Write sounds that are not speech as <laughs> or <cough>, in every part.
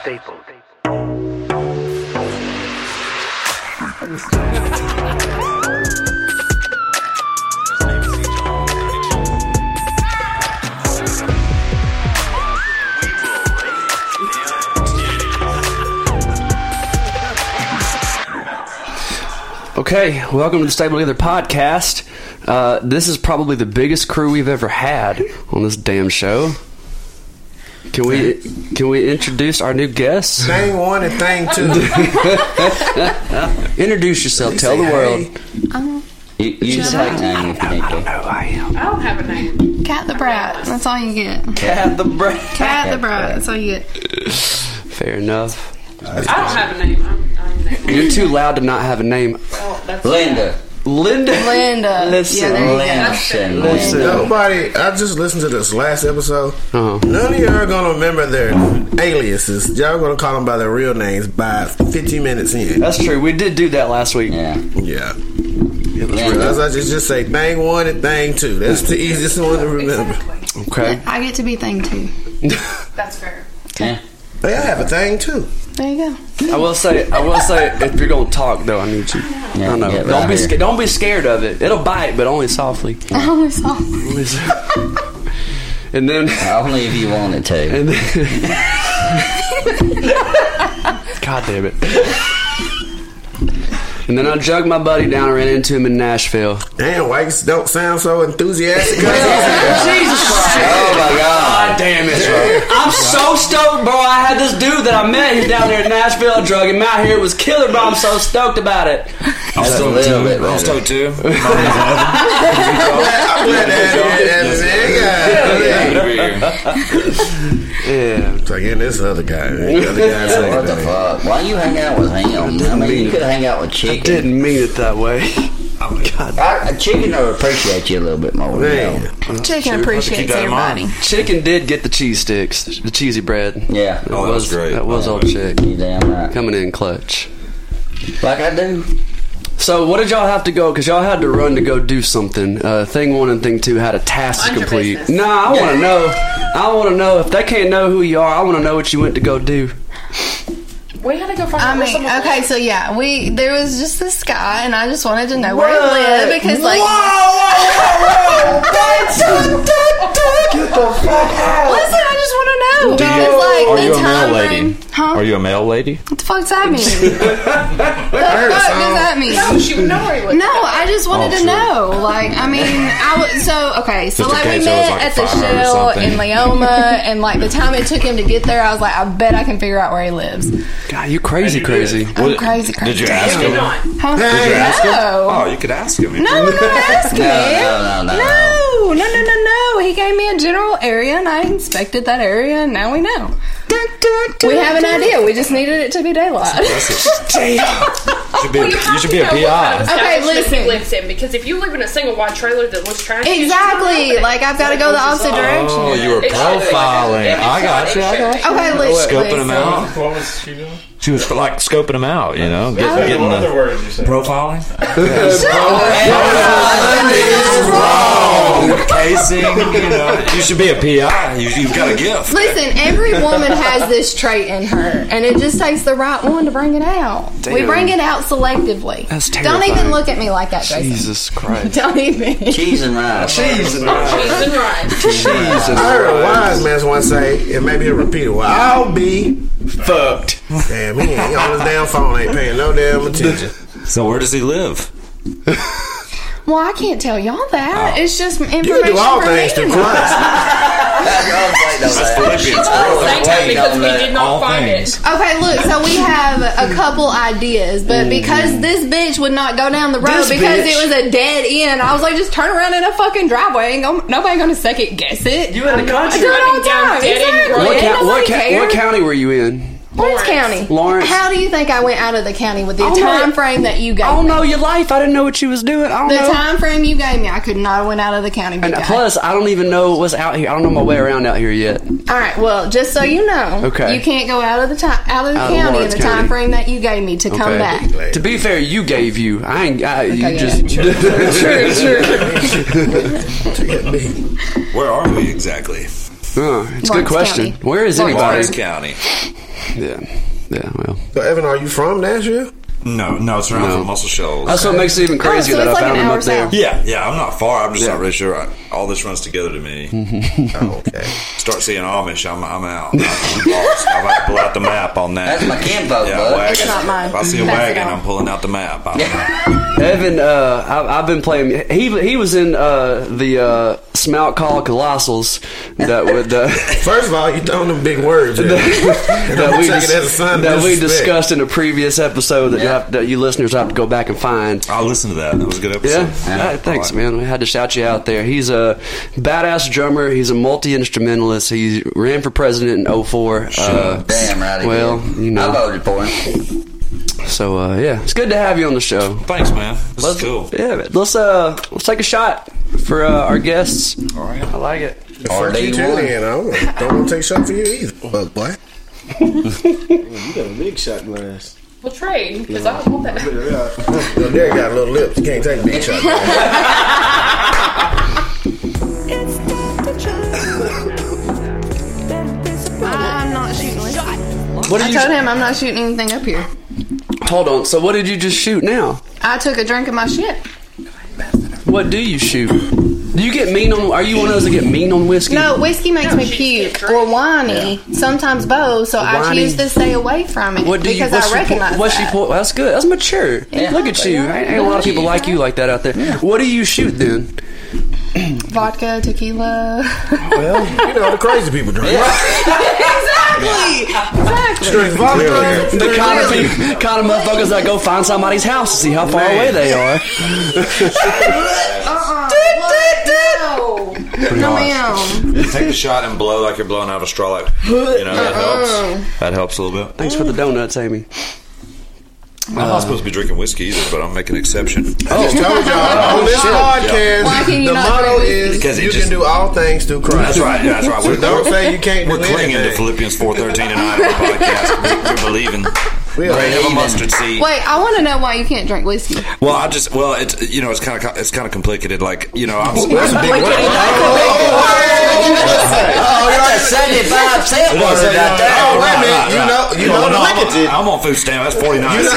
Staples. Okay, welcome to the Stable Together podcast. Uh, this is probably the biggest crew we've ever had on this damn show. Can we can we introduce our new guests? Thing one and thing two. Introduce yourself. Tell the world. You, you just like name if you didn't get. Oh, I am I don't have a name. Cat the brat. That's all you get. Cat the Brat. Cat the brat. That's all you get. Fair enough. I don't have a name. I'm, I'm that one. You're too loud to not have a name. Oh, that's Linda. Linda. Linda. Listen, Yeah, there you go. Listen, Listen. Listen. Nobody. I just listened to this last episode. Uh-huh. None of y'all are gonna remember their aliases. Y'all gonna call them by their real names by 15 minutes in. That's true. We did do that last week. Yeah. Yeah. As Linda. I just just say thing one and thing two. That's the easiest one to remember. Exactly. Okay. I get to be thing two. That's fair. Yeah. They all have a thing too. There you go. I will say, I will say, if you're gonna talk though, I need you. Yeah, I know. yeah, don't right be here. sca- don't be scared of it. It'll bite, but only <laughs> softly. I only saw. <laughs> and then, Only if you want it to. and then. <laughs> God damn it. And then I jugged my buddy down and ran into him in Nashville. Damn, whites don't sound so enthusiastic. That's Jesus Christ! Oh my God. God damn it, bro. I'm so stoked, bro. I had this dude that I met. He's down there in Nashville. I drug him out here. It was killer, bro. I'm so stoked about it. Just a little bit. Linda. I'm glad to have you, Evan. Yeah, yeah. Yeah. It's like, yeah, this other guy. The other guy's What like, the fuck? Why you hang out with him? I mean, you could hang out with I chicken. didn't mean it that way. God. I, a chicken will appreciate you a little bit more. Man. you know. Chicken appreciates everybody. Chicken did get the cheese sticks, the cheesy bread. Yeah. Oh, that was great. That was old chick You damn right. coming in clutch. Like I do. So what did y'all have to go? Because y'all had to run to go do something. Uh, thing one and thing two had a task to Mind your complete. business. No, I want to know. I want to know if they can't know who you are. I want to know what you went to go do. We had to go find I out where mean, someone- okay, so yeah, we there was just this guy, and I just wanted to know where he lived because, like, Get the fuck out! listen, I just want to know because, like, Are the you a male time lady? Huh? Are you a male lady? what the fuck does <laughs> that mean? the fuck heard a does song. that mean? No, she would know where he lived. No, I just wanted to Oh, sure. know. Like, I mean, I was so okay. So Just in like, we case I was, met like, at the five or shell in something. <laughs> Leoma, and like the time it took him to get there, I was like, I bet I can figure out where he lives. God, you crazy, crazy. I'm crazy, crazy. Did you ask Did him? not. Huh? Did you ask Oh, no. you could ask him. No, I'm not <laughs> asking No, him. no, no, no, no, no, no, no, no. He gave me a general area, and I inspected that area, and now we know. We have an idea. We just needed it to be daylight. You should be a, you should be a You know what kind of PI. establishment listen. He lives in because if you live in a single wide trailer that looks trash, you should know <laughs> Exactly. that. Like I've got to go the opposite direction. Oh, you were It should be like that. profiling. It I got should- you. I it got should. Okay, you. listen. Scoping him out. What was she doing? She was like scoping him out, you know, getting, getting the profiling, <laughs> casing. You know, Oh, you should be a PI. You, you've got a gift. Listen, every woman has this trait in her, and it just takes the right one to bring it out. We Damn. bring it out selectively. That's Don't terrifying. even look at me like that, Jason. Jesus Christ. <laughs> Don't even. Cheese and rice. Jesus. Cheese and rice. Jesus. I heard a wise man once say, and maybe he'll repeat it. Well, I'll be Fucked. damn. He ain't on his damn phone. Ain't paying no damn attention. So where does he live? Well, I can't tell y'all Oh. that. It's just information You do all for things me. through Christ. "Oh, That's Philippians. Same time because we did not All find things. it. Okay, look. So we have a couple ideas, but because this bitch would not go down the road Mm. This because bitch. it was a dead end, I was like, just turn around in a fucking driveway. Ain't go, nobody gonna second guess it. You in the I country? do it all the Down time. dead end Exactly. road. What, Ain't ca- what, nobody ca- care. what county were you in? Lawrence Lawrence. County. Lawrence. How do you think I went out of the county with the Oh, my- time frame that you gave I don't me? know your life. I didn't know what you was doing. I don't The know. time frame you gave me, I could not have went out of the county. big And guy. plus, I don't even know what's out here. I don't know my way around out here yet. all right. Well, just so you know, Okay. you can't go out of the time out of the Out of county in Lawrence the time County. frame that you gave me to come back. To be fair, you gave you. I ain't. I, you Okay, just. True, true. Where are we exactly? <laughs> Huh, it's a good Lawrence question. County. Where is Lawrence anybody? County. Yeah. Yeah. Well, So, Evan, are you from Nashville? No, no, it's around No. from Muscle Shoals. that's what makes it even crazier Oh, so that it's I like found an him hour up there. south. yeah, yeah, I'm not far. I'm just Yeah. not really sure. I, all this runs together to me. Oh, okay. Start seeing Amish, I'm, I'm out. I'm lost. I might pull out the map on that. That's my kinfolk, yeah, bud. wagon. It's not mine. If I see a Pass it wagon, on. I'm pulling out the map. I'm Evan, uh, I, I've been playing. He he was in uh, the uh, Smout Call Colossals that would uh, First of all, you throwing them big words. Evan. <laughs> and that I'm we taking dis- that as a sign of that we disrespect. discussed in a previous episode that you Yeah. have, that you listeners have to go back and find. I'll listen to that. That was a good episode. Yeah, All right, thanks, All right. man. We had to shout you out there. He's a badass drummer. He's a multi instrumentalist. He ran for president in 04. Uh, Damn right. he Well, did. you know. I voted for him. so uh, yeah, it's good to have you on the show. Thanks, man. This is cool. Yeah, man. let's uh let's take a shot for uh, our guests. All right. I like it. Fuck you too, RD1. then. I don't, don't want to take a shot for you either. Fuck, boy. <laughs> You got a big shot glass. We'll trade because I don't <laughs> want that. Yo, Derek got little lips. You can't take big shots. I'm not shooting. I told him I'm not shooting anything up here. Hold on. So what did you just shoot now? I took a drink of my shit. What do you shoot? Do you get mean on? Are you one of those that get mean on whiskey? No, whiskey makes No, me she just puke gets or drunk. whiny. Sometimes both. So I Whiny. choose to stay away from it What do because you? What's I your, recognize po- what's your that. po- That's good. That's mature. Yeah. Look at you. Ain't, ain't a lot of people like you like that out there. What do you shoot then? vodka, tequila. <laughs> You know, the crazy people drink. exactly. Exactly. Drink vodka. The kind of people, kind of motherfuckers that go find somebody's house to see how far away they are. Uh-uh. No, ma'am. Take the shot and blow like you're blowing out a straw. Like you know that helps. That helps a little bit. Thanks for the donuts, Amy. I'm not supposed to be drinking whiskey either, but I'm making an exception. I just told y'all on this Why podcast, can you the not motto drink? is Because it you just- can do all things through Christ. That's right. That's right. We're, Don't say you can't we're do clinging to anything. Philippians 4:13 and I on the podcast. We're- We're believing. We Grain are of a mustard seed. Wait, I want to know why you can't drink whiskey. Well, I just well, it's you know, it's kind of it's kind of complicated. Like you know, I'm That's a big word. Oh, that's a 75 cent word Oh, right there. wait a minute. You know- you know the I'm, wicked. on, I'm on food stamp. That's forty nine. but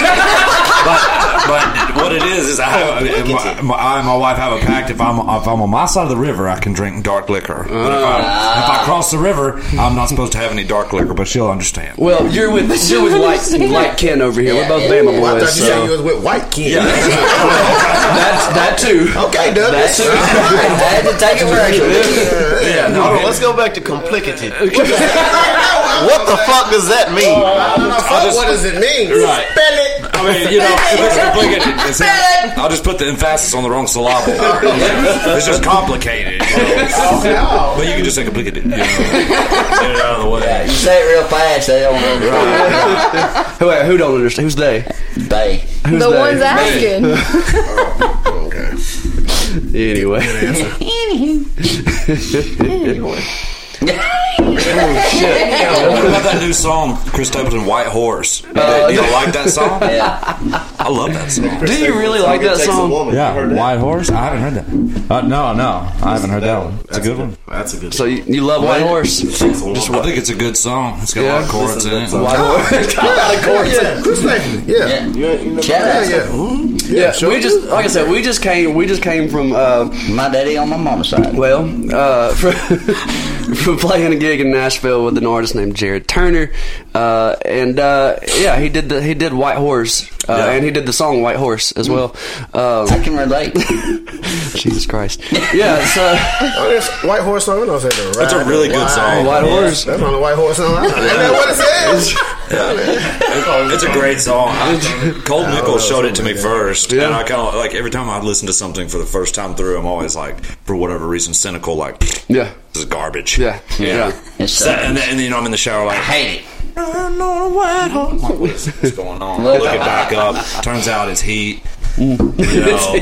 but what it is is I, <laughs> have, my, my, I and my wife have a pact. If I'm if I'm on my side of the river, I can drink dark liquor. But if I, if I cross the river, I'm not supposed to have any dark liquor. But she'll understand. Well, you're with you're with light light Ken over here. We're both Bama I boys. thought you said you So was with white kids. that's that too. okay, That's Douglas. it. <laughs> I had to take it where it was. Yeah, no, Hold on, let's go back to complicated. <laughs> what the fuck does that mean? I don't know. Fuck, what does it mean? Right. Spell it. I mean, you know, if it's complicated. It's not, I'll just put the emphasis on the wrong syllable. It's just complicated. you know. But you can just say complicated. You know, get it out of the way. You say it real fast, they don't know. Who, who don't understand? Who's they? They. Who's the they? one's asking. Anyway. What about that new song, Chris Stapleton, White Horse? Do you like that song? Yeah. I love that song. Do you really like that song? Yeah, White Horse. I haven't heard that. Uh, no, no, I haven't heard that one. It's a good one. That's a good. So you, you love White Horse? Just I think it's a good song. It's got a lot of Yeah. chords in it. White Horse. Of course. Yeah, Chris Nathan. Yeah. Yeah. You ain't- you never- Yeah, Shout yeah. out. Mhm. Yeah, Yeah, sure. we just like I said, we just came. We just came from uh, My daddy on my mama's side. well, uh, <laughs> from, from playing a gig in Nashville with an artist named Jared Turner, uh, and uh, yeah, he did the he did White Horse, uh, Yeah. Mm. and he did the song White Horse as well. Um, I can relate. Oh, Jesus Christ, <laughs> yeah, <laughs> it's, uh, Oh, that's White Horse song. I don't say the That's a ride really the good wide. song. White Horse. That's on the White Horse song. Isn't that what it says? It's a great song. <laughs> Cold Nichols showed it to me first, Yeah. and I kind of like every time I listen to something for the first time through, I'm always like, for whatever reason, cynical. Like, <laughs> this Yeah, is garbage. yeah, yeah. It's So- so- and, then, and then, you know, I'm in the shower like, I hate it. what is this going on? I Look it back up. Turns out it's heat. You know,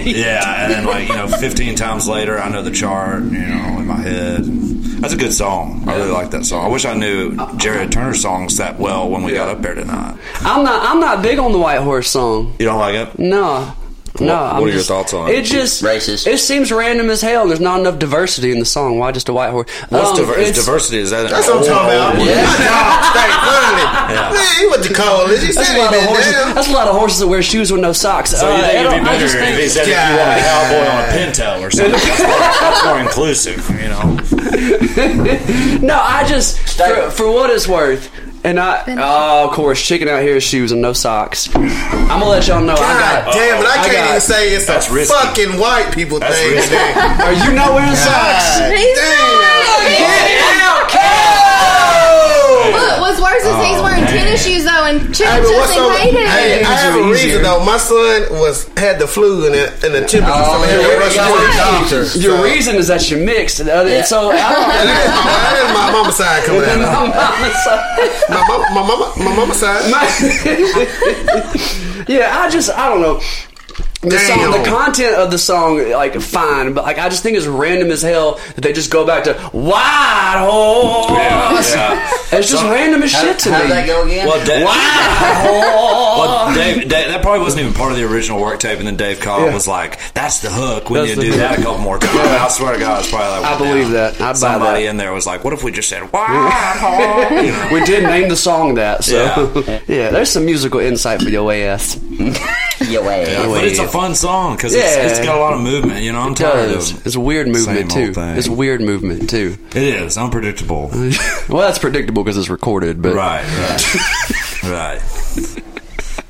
yeah, and then like you know, 15 times later, I know the chart. You know, in my head. That's a good song. I really like that song. I wish I knew Jared Turner songs that well when we got up there tonight. I'm not I'm not big on the White Horse song. You don't like it? No, No, I'm What- what are your just- thoughts on it? it? Just Racist. It seems random as hell. There's not enough diversity in the song. Why just a white horse? What's Um, diver- is it's- diversity? Is that That's what I'm talking about. Yeah. My dog <laughs> stayed funny. Man, he went to college. He That's said a he lot of been horses. down. That's a lot of horses that wear shoes with no socks. So you Uh, think I it'd be don't- I better if just think- they said if you want a cowboy on a pinto or something? That's more, that's more inclusive, you know. No, I just for, for what it's worth, and I oh, of course, chicken out here shoes and no socks. I'm gonna let y'all know. I God got. damn it! I I can't got- even say it's Uh, That's a risky. fucking white people That's thing. risky. today. God Are you not wearing socks? damn. out, Look, what's worse is he's wearing tennis shoes though, and chicken Oh, Hey, but chips what's ain't up? made it. Hey, I have a reason though. My son was had the flu and the, and the temperature. Oh, so he yeah, rushed yeah, to the yeah. doctor. Your so- reason is that you mixed. and other- So I <laughs> don't. And that is my, that is my mama side coming out. of I'm not- so- it. My mama, my mama, my mama side. yeah, I just I don't know. The song, Damn. the content of the song, like fine, but like I just think it's random as hell that they just go back to wide horse. <laughs> Yeah, yeah. It's just random as shit to How'd me. <laughs> that go again? Well, da- Wow. well, Dave, Da- that probably wasn't even part of the original work tape, and then Dave Cobb was like, "That's the hook. We That's need the to do hook. that a couple more times." I swear to God, it's probably like I believe that. I'd buy Somebody that. in there was like, "What if we <laughs> just said wow?" you know? we did name the song that, so <laughs> yeah. Yeah. there's some musical insight for your ass. Your way. But it's a fun song because Yeah. it's, it's got a lot of movement. You know, I'm tired of Does. It's a weird movement Same old too. thing. It's a weird movement too. it <laughs> is unpredictable. Well, that's predictable because it's recorded, but Right, <laughs> right, right.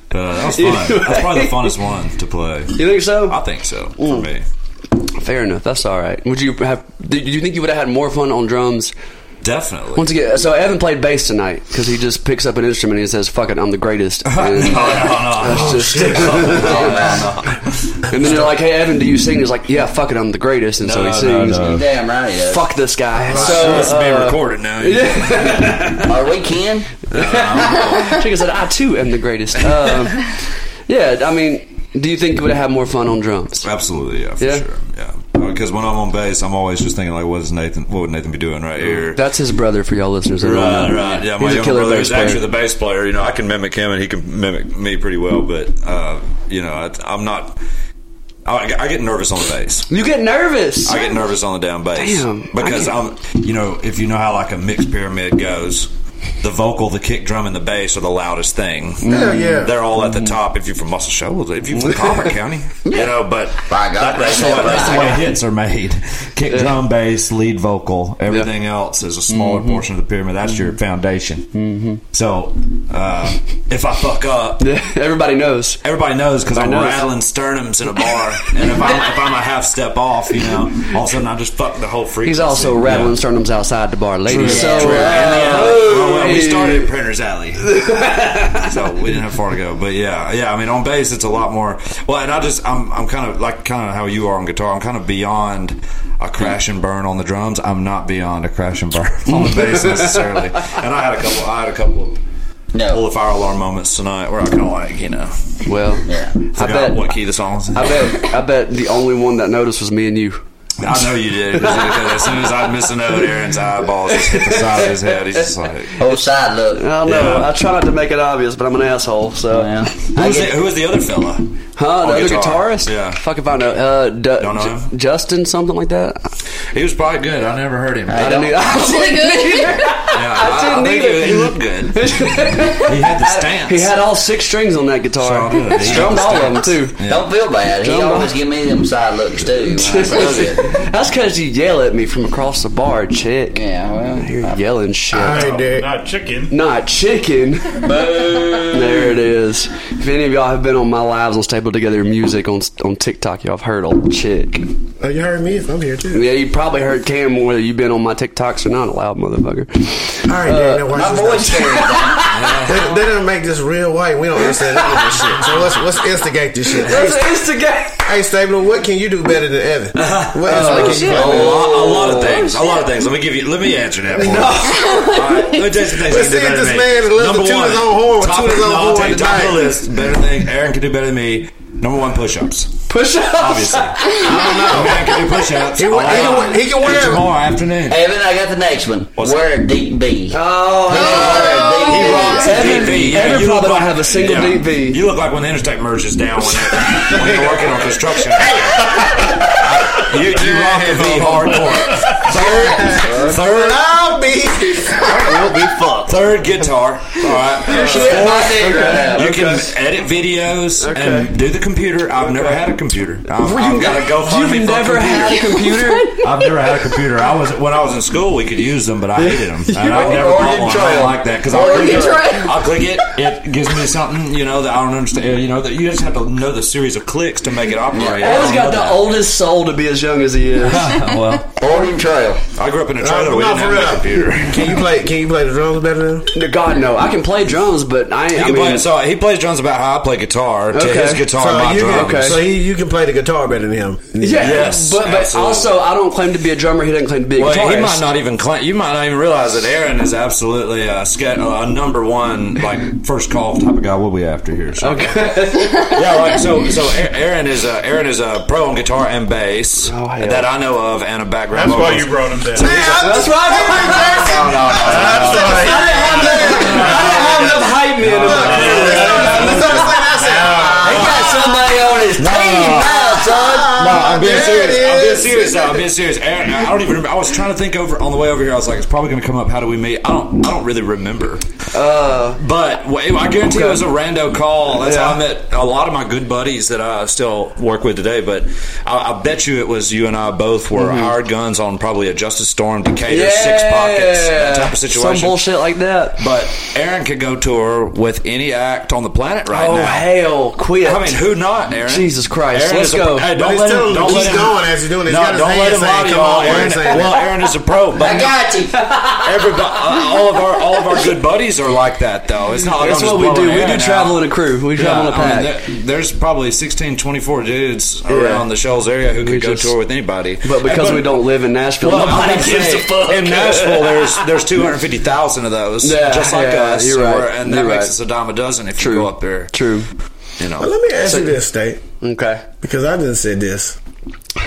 But, uh, that <laughs> was fun. That's probably the funnest one to play. you think so? I think so for me. Fair enough. That's all right. Would you have? Do you think you would have had more fun on drums? Definitely. <laughs> Once again, so Evan played bass tonight because he just picks up an instrument and he says, "Fuck it, I'm the <laughs> greatest." Oh, And, <laughs> That's just- and then they're like, "Hey, Evan, do you sing?" He's like, "Yeah, fuck it, I'm the greatest," and so he No, no, sings. no. Damn right it is. Fuck this guy. so it's <laughs> So uh, being recorded now. Yeah. Are we kin? Chicken uh, said, "I too am the <laughs> greatest." Um, yeah, I mean, do you think you would have had more fun on drums? Absolutely, yeah, for Yeah. sure. Yeah. Because when I'm on bass, I'm always just thinking, like, what is Nathan, what would Nathan be doing right here? That's his brother for y'all listeners. that don't Right, know. right. Yeah, my He's a younger killer brother bass is player. actually the bass player. You know, I can mimic him, and he can mimic me pretty well. But uh, you know, I, I'm not. I, I get nervous on the bass. You get nervous. I get nervous on the down bass Damn, because I I'm. You know, if you know how like a mixed pyramid goes. The vocal, the kick drum, and the bass are the loudest thing. Hell yeah. They're all at the top. If you're from Muscle Shoals, if you're from Cobb County, you know. But By God, that's, the way, that's the way hits are made. Kick, drum, bass, lead vocal. Everything else is a smaller portion of the pyramid. That's your foundation. So uh, if I fuck up, <laughs> Everybody knows. everybody knows because I'm Everybody knows. rattling sternums in a bar, and if I'm, if I'm a half step off, you know, all of a sudden I just fuck the whole frequency. He's also rattling sternums outside the bar, ladies. so, uh, True. And the alley. Well, well, we Hey. started at Printer's Alley, <laughs> so we didn't have far to go. But yeah, yeah. I mean, on bass, it's a lot more. Well, and I just, I'm, I'm kind of like kind of how you are on guitar. I'm kind of beyond a crash and burn on the drums. I'm not beyond a crash and burn on the bass necessarily. And I had a couple. I had a couple of pull No. the fire alarm moments tonight where I kind of like, you know, well, Yeah. I forgot bet, what key the song was. in. I bet, I bet the only one that noticed was me and you. I know you did. 'cause as soon as I miss a note, Aaron's eyeballs just hit the side of his head. He's just like. Whole side look. I don't know. Yeah. I try not to make it obvious, but I'm an asshole. So, Yeah. Who was, the, who was the other fella? huh? On The other guitar. guitarist? Yeah. Fuck if I know. Uh, du- Don't know J- him? Justin, something like that. He was probably good. I never heard <laughs> him. I, didn't. Really good. Yeah, I, I didn't think either. He, he looked good. he had the stance. he had all six strings on that guitar. Sure did. He Strummed all of them too. Don't feel bad. He Don't- always give me them side looks too. when I say shit. <laughs> That's because you yell at me from across the bar, chick. Yeah, well, You're yelling shit. All right, <laughs> Derek. Not chicken. Not chicken. there it is. If any of y'all have been on my lives on Staple Together Music on on TikTok, y'all have heard old chick. Oh, you heard me? I'm here too. Yeah, you probably heard Cam whether you've been on my TikToks or not, loud motherfucker. All right, Derek. Now watch Uh, my this. voice carries that. They, they didn't make this real white. We don't understand any of this shit. So let's let's instigate this shit. Hey, It's the game. hey Stabler, what can you do better than Evan? What instrument can you a, Oh, play better? lot, a lot of things. A lot of things. Let me give you. Let me answer that. For no. All right. Let me tell you some things. Let's he see if can do this better than man me. is a little to Number toot one, his own horn or Top, toot his own no, I'll horn tell you, top of the tonight. list. Better thing. Aaron can do better than me. Number one, push-ups. Push up. <laughs> Obviously, a man can do push-ups. He, wa- all he can, night. he can wear them. Tomorrow afternoon. Evan, I got the next one. What's Wear a deep B. He rocks a Evan- DV. Yeah, Evan you look probably don't have a single yeah. DV. You look like when the interstate merges down when, they're- when you're working on construction. you, you rock a V hardcore. Third, third, I'll be. We'll <laughs> be fucked. third guitar. All right. Shit, my dick right out. You can edit videos and do the computer. I've never had a computer. I've, I've got to go find me You've for a never computer. had a <laughs> computer. I've never had a computer. I was when I was in school, we could use them, but I <laughs> hated them, and I never Oregon bought one. I Trail. don't like that because I'll click it. Trail. I'll click it. It gives me something, you know, that I don't understand. You know, that you just have to know the series of clicks to make it operate. I Evan's don't got know the oldest soul to be as young as he is. that. <laughs> well, Oregon Trail. I grew up in a Uh, trailer. we No, didn't for have real. a computer. <laughs> Can you play? Can you play the drums better than? God no, I can play drums, but I. He I can play- mean, so he plays drums about how I play guitar to Okay. his guitar, So my you drums. can, Okay. so he, you can play the guitar better than him. yeah, Yes, but but absolutely. also I don't claim to be a drummer. He doesn't claim to be a Well, guitarist. he might not even claim. You might not even realize that Aaron is absolutely a, ske- a number one, like first call type of guy. We'll be after here. So. yeah, like so. So A- Aaron is a Aaron is a pro on guitar and bass Oh, hell. that I know of, and a background. That's why vocalist. you brought him down. That's <laughs> right. I No, no, no, no, no. didn't have enough- I didn't have enough hype man in my He got somebody on his team now, son. No, I'm being There serious. it I'm being is. serious. Though. I'm being serious. Aaron, I don't even. Remember. I was trying to think over on the way over here. I was like, it's probably going to come up. How do we meet? I don't. I don't really remember. Uh, but wa- I guarantee it was a rando call. That's how I met a lot of my good buddies that I still work with today. But I, I bet you it was you and I both were hired guns on probably a Justice Storm, Decatur, six pockets, that type of situation. Some bullshit like that. But Aaron could go tour with any act on the planet right Oh now. hell, quit! I mean, who not, Aaron? Jesus Christ. Let's is a- go. Hey, But don't he's let him. telling- Don't he's let him. going as he's doing it. He's No, got his don't let hands him saying, lie to "Come y'all. on, Aaron, Aaron, say that." well, Aaron is a pro, I <laughs> but got you. everybody, uh, all of our all of our good buddies are like that, though. It's not like That's I'm just what we do. blowing We do Aaron travel out. in a crew. We travel Yeah, in a I mean, pack. there- there's probably 16, 24 dudes around the Shoals area who could go just- tour with anybody. But because we don't live in Nashville, Well, nobody I'm gives a saying, fuck. In Nashville, there's there's 250,000 of those, Yeah, just like yeah, us. you're right. We're- And that You're makes right. us a dime a dozen if you True. go up there. True. You know. But let me ask you this, state, Okay. because I didn't say this.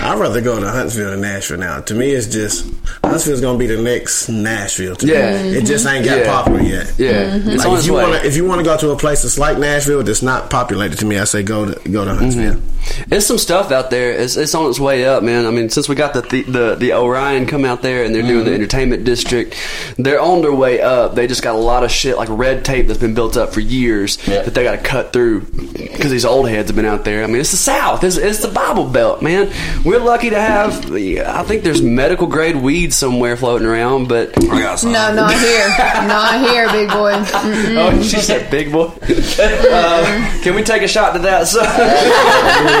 I'd rather go to Huntsville than Nashville now. To me, it's just Huntsville's gonna be the next Nashville. To me. Yeah. it just ain't got Yeah. popular yet. Yeah. It's Mm-hmm. Like, on if its you way. want to, if you want to go to a place that's like Nashville that's not populated, to me, I say go to go to Huntsville. Mm-hmm. There's some stuff out there. It's, it's on its way up, man. I mean, since we got the the, the, the Orion come out there and they're doing the entertainment district, they're on their way up. They just got a lot of shit like red tape that's been built up for years Yeah. that they got to cut through because these old heads have been out there. I mean, it's the South. It's, it's the Bible Belt, man. We're lucky to have. I think there's medical grade weed somewhere floating around, but oh, I got some. No, oh. not here. not here, big boy. Mm-mm. oh, she said big boy. <laughs> uh, can we take a shot to that? So. I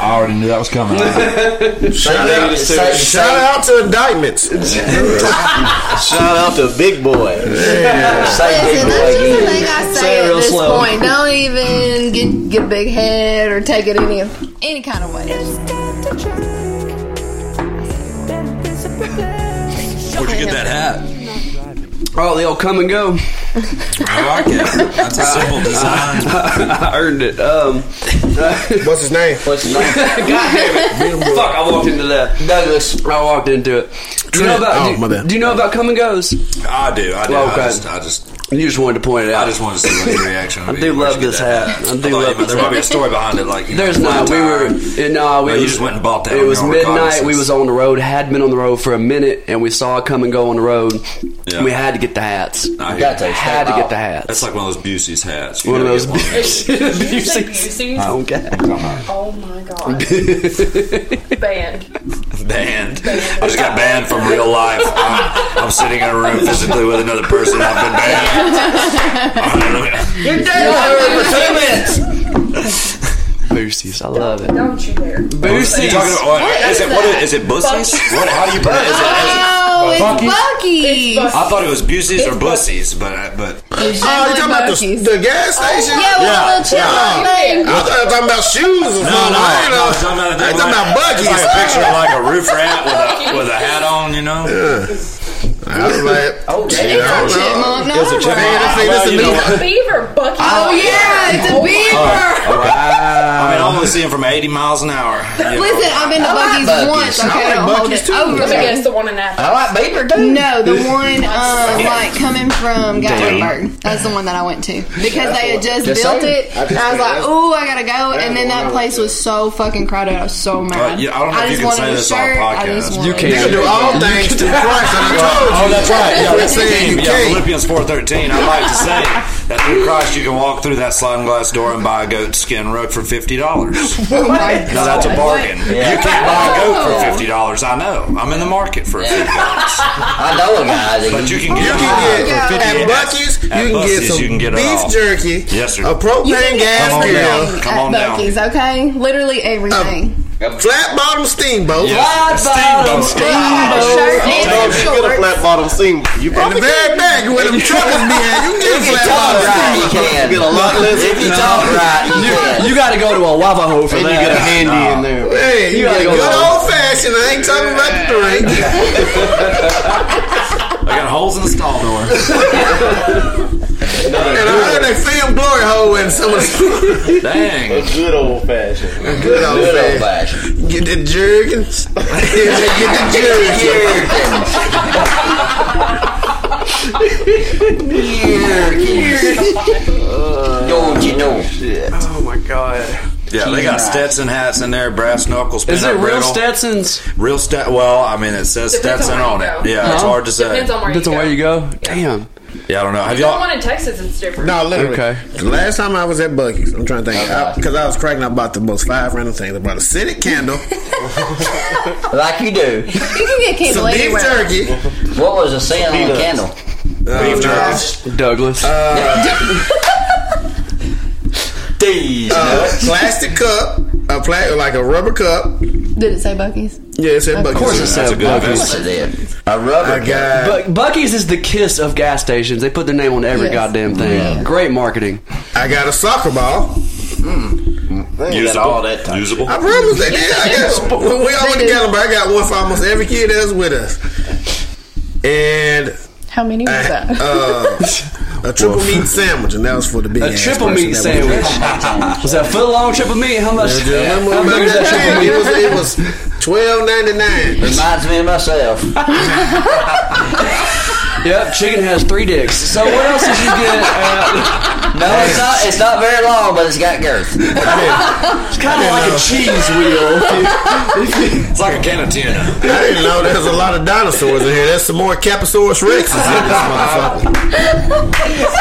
I already knew that was coming. Shout out Shout out to <laughs> indictments. Shout out to Big Boy. <laughs> Listen, that's just the thing I say, Say it at real this slow. point. Don't even get get a big head or take it any any kind of way. Where'd you get that hat? Oh, they all come and go. I like it. That's a <laughs> simple design. <laughs> I earned it. Um, What's his name? <laughs> What's his name? God damn it! Fuck, I walked into that. Douglas. I walked into it. Do you know about? Oh, do, my bad. do you know about come and goes? I do. I do. Well, I, okay. just, I just, You just wanted to point it I out. just wanted to see what your reaction. would I be. do Where'd love you get this that? hat. I do thought you- love this There might hat. be a story behind it. Like uh, you know, There's not. We time. were eh, no. We No, you was- just went and bought that It on was your own midnight. We recognizance. was on the road. Had been on the road for a minute, and we saw it come and go on the road. Yeah. We had to get the hats. I hear Got you. to. had to get the hats. That's like one of those Busey's hats. You one of gotta those. get of those. you say <laughs> Busey's? Oh god. Oh my god. Band. <laughs> banned. I just got banned from real life. I'm, I'm sitting in a room physically with another person. I've been banned. <laughs> You're dead for two minutes. Boosties. I love it. Don't you dare. You Boosties. talking about, what, is it? What is, it? Bussies? What? How do you pronounce it? Is it? Oh, it's Bucky? Bucky. It's I thought it was Bussies or Bussies, but I- but Oh, you talking about the, the gas Oh, station? yeah, with a little chip Yeah. on thing. I thought you were talking about shoes or something. No, I no, ain't no, know. it's talking about I a ain't different talking about way. buggies. It's like a picture of like a roof rat with a, with a hat on, you know? I was like, Oh, yeah, I damn. don't know. Oh, Man, Chipmunk. No, I I think this is Well, you me. know what? Beaver. beaver, Bucky. Oh yeah, it's a beaver. I mean, I only see him from 80 miles an hour. you know. Listen, I've been to Bucky's Buc-ee's. once. I Okay, like don't hold Buc-ee's it too. over Let me me. guess the one in Athens. I like Beaver too. No, the one um, like coming from Gatlinburg. That's the one that I went to because they had just Yes, built sir. it. I just- And I was like, that's- "Ooh, I gotta go!" And then the one that I place was so fucking crowded. I was so mad. Uh, yeah, I don't know if you just wanted can say a this on shirt. I podcast. just You wanted- You can do all things <laughs> through Christ, and I told you. Oh, that's right. Yeah, Quit that's saying you yeah, can't. Philippians 4.13. I'd like to say that through Christ you can walk through that sliding glass door and buy a goat skin rug for $50. No, that's a bargain. You can't buy a Oh. goat for $50. I know. I'm in the market for $50. I know a guy that But you can get You it can for Oh get $50. at Bucky's, you At can get Buc-ee's, some you can get it all. beef jerky, Yes, sir. a You can propane get Come on gas down. grill, everything at Come on down. Bucky's, okay? Literally everything. flat bottom steamboat, Yes. Oh, bottom. Steamboat. Flat shirt and If you get a shorts. flat bottom seam, you in the probably very back where them truckers be at. You can get a <laughs> you flat talk bottom right, you steamboat. can. get a lot less. If you talk right, you can. You got to go to a lava hole for and you get a that. handy in there. Hey, you got gotta a go good long. old fashioned. I ain't talking about the drink. I got holes in the stall door. And I heard they filmed Glory Hole in some of the Dang. Good old fashioned. <laughs> good old Good old fashioned. fashioned. Get the jerkins. <laughs> Get the jerkins. Don't you know? Oh my god! Yeah, they got Stetson hats in there, brass knuckles. Is it peanut real brittle. Stetsons? Real Stet. Well, I mean, it says Depends Stetson on on where you it. go. Yeah, it's hard to say. Depends on where That's the you go. way you go. Damn. Yeah, I don't know. Have The one y'all? in Texas is different. No, literally. Okay. The last time I was at Bucky's, I'm trying to think, because I, was cracking up about the most five random things. I bought a scented candle, Like you do. You can get candle some beef anywhere. jerky, uh, What was the sin on the candle? beef Douglas. Uh, These nuts. plastic cup, a pla- like a rubber cup. Did it say Bucky's? Yeah, it's at Bucky's. of course, it's That's a said good Bucky's. investment. What's it then? A rubber I guy. got. But Bucky's is the kiss of gas stations. They put their name on every Yes. goddamn thing. Great marketing. I got a soccer ball. Use all that time. Usable. I promise they did. I got, we all went together, but I got one for almost every kid that was with us. And How many was a, that? uh, a triple meat sandwich, and that was for the big A ass triple person that meat was- sandwich. Was that foot long triple meat? How much? Yeah, How remember big about is that that triple thing? meat? It was it was twelve ninety nine. Reminds me of myself. Yep, chicken has three dicks. So what else did you get? Uh, <laughs> No, it's not. It's not very long, but it's got girth. it's kind of uh, like a cheese wheel. It's like a can of tuna. <laughs> I didn't know there's a lot of dinosaurs in here. There's some more Caposaurus rexes in this motherfucker.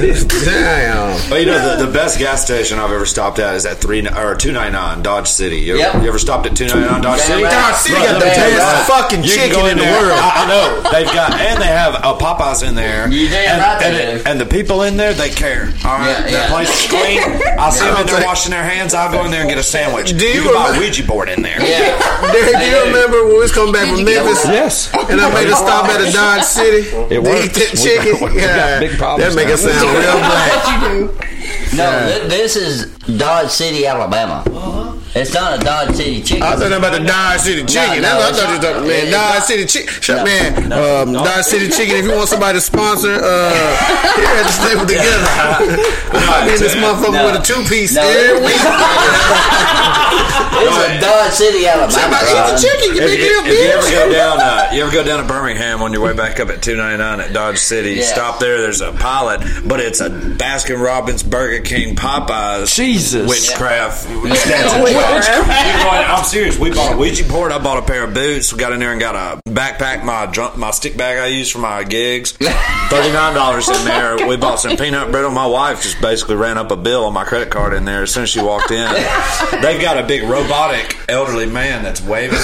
Damn. But you know, the, the best gas station I've ever stopped at is at three or two ninety nine Dodge City. You, Yep. ever, you ever stopped at two ninety nine Dodge Damn City? right. Dodge City Bro, got the let me tell you best what. fucking You can chicken go in the there. world. I, I know they've got, and they have a Popeyes in there. You damn and, right they and, do. and the people in there, they care. All right, Yeah, that yeah. place is <laughs> clean. I see them in there Okay. washing their hands. I'll go in there and get a sandwich. Do you you can buy a remember- Ouija board in there? Yeah. Derek, do you remember when we was coming back from Memphis? yes. And I made a stop at a Dodge City. It works. Eat that chicken. We got Yeah, big problems That make us now. sound real black. No, th- this is Dodge City, Alabama. It's not a Dodge City chicken. I thought about the Dodge City chicken. no, That's it's what I thought you not. were talking man. It's Dodge not. City chicken. Shut No, man. no, um, no. Dodge City chicken. If you want somebody to sponsor, uh, here at the Staple Together, I'm in this motherfucker No. with a two piece No. every <laughs> week. It's a Dodge City, Alabama. Somebody eat the Ron. chicken. You If make you, it up, if you ever bitch. go down, <laughs> uh, you ever go down to Birmingham on your way back up at 299 at Dodge City, Yeah. stop there. There's a pilot, but it's a Baskin Robbins, Burger King, Popeyes, Jesus. witchcraft. That's a joke. You know what? I'm serious. We bought a Ouija board. I bought a pair of boots. We got in there and got a backpack. My drunk, my stick bag I use for my <laughs> gigs. Thirty nine dollars in there. we bought some peanut brittle. My wife just basically ran up a bill on my credit card in there as soon as she <laughs> walked in. They've got a big robotic elderly man <laughs> that's waving.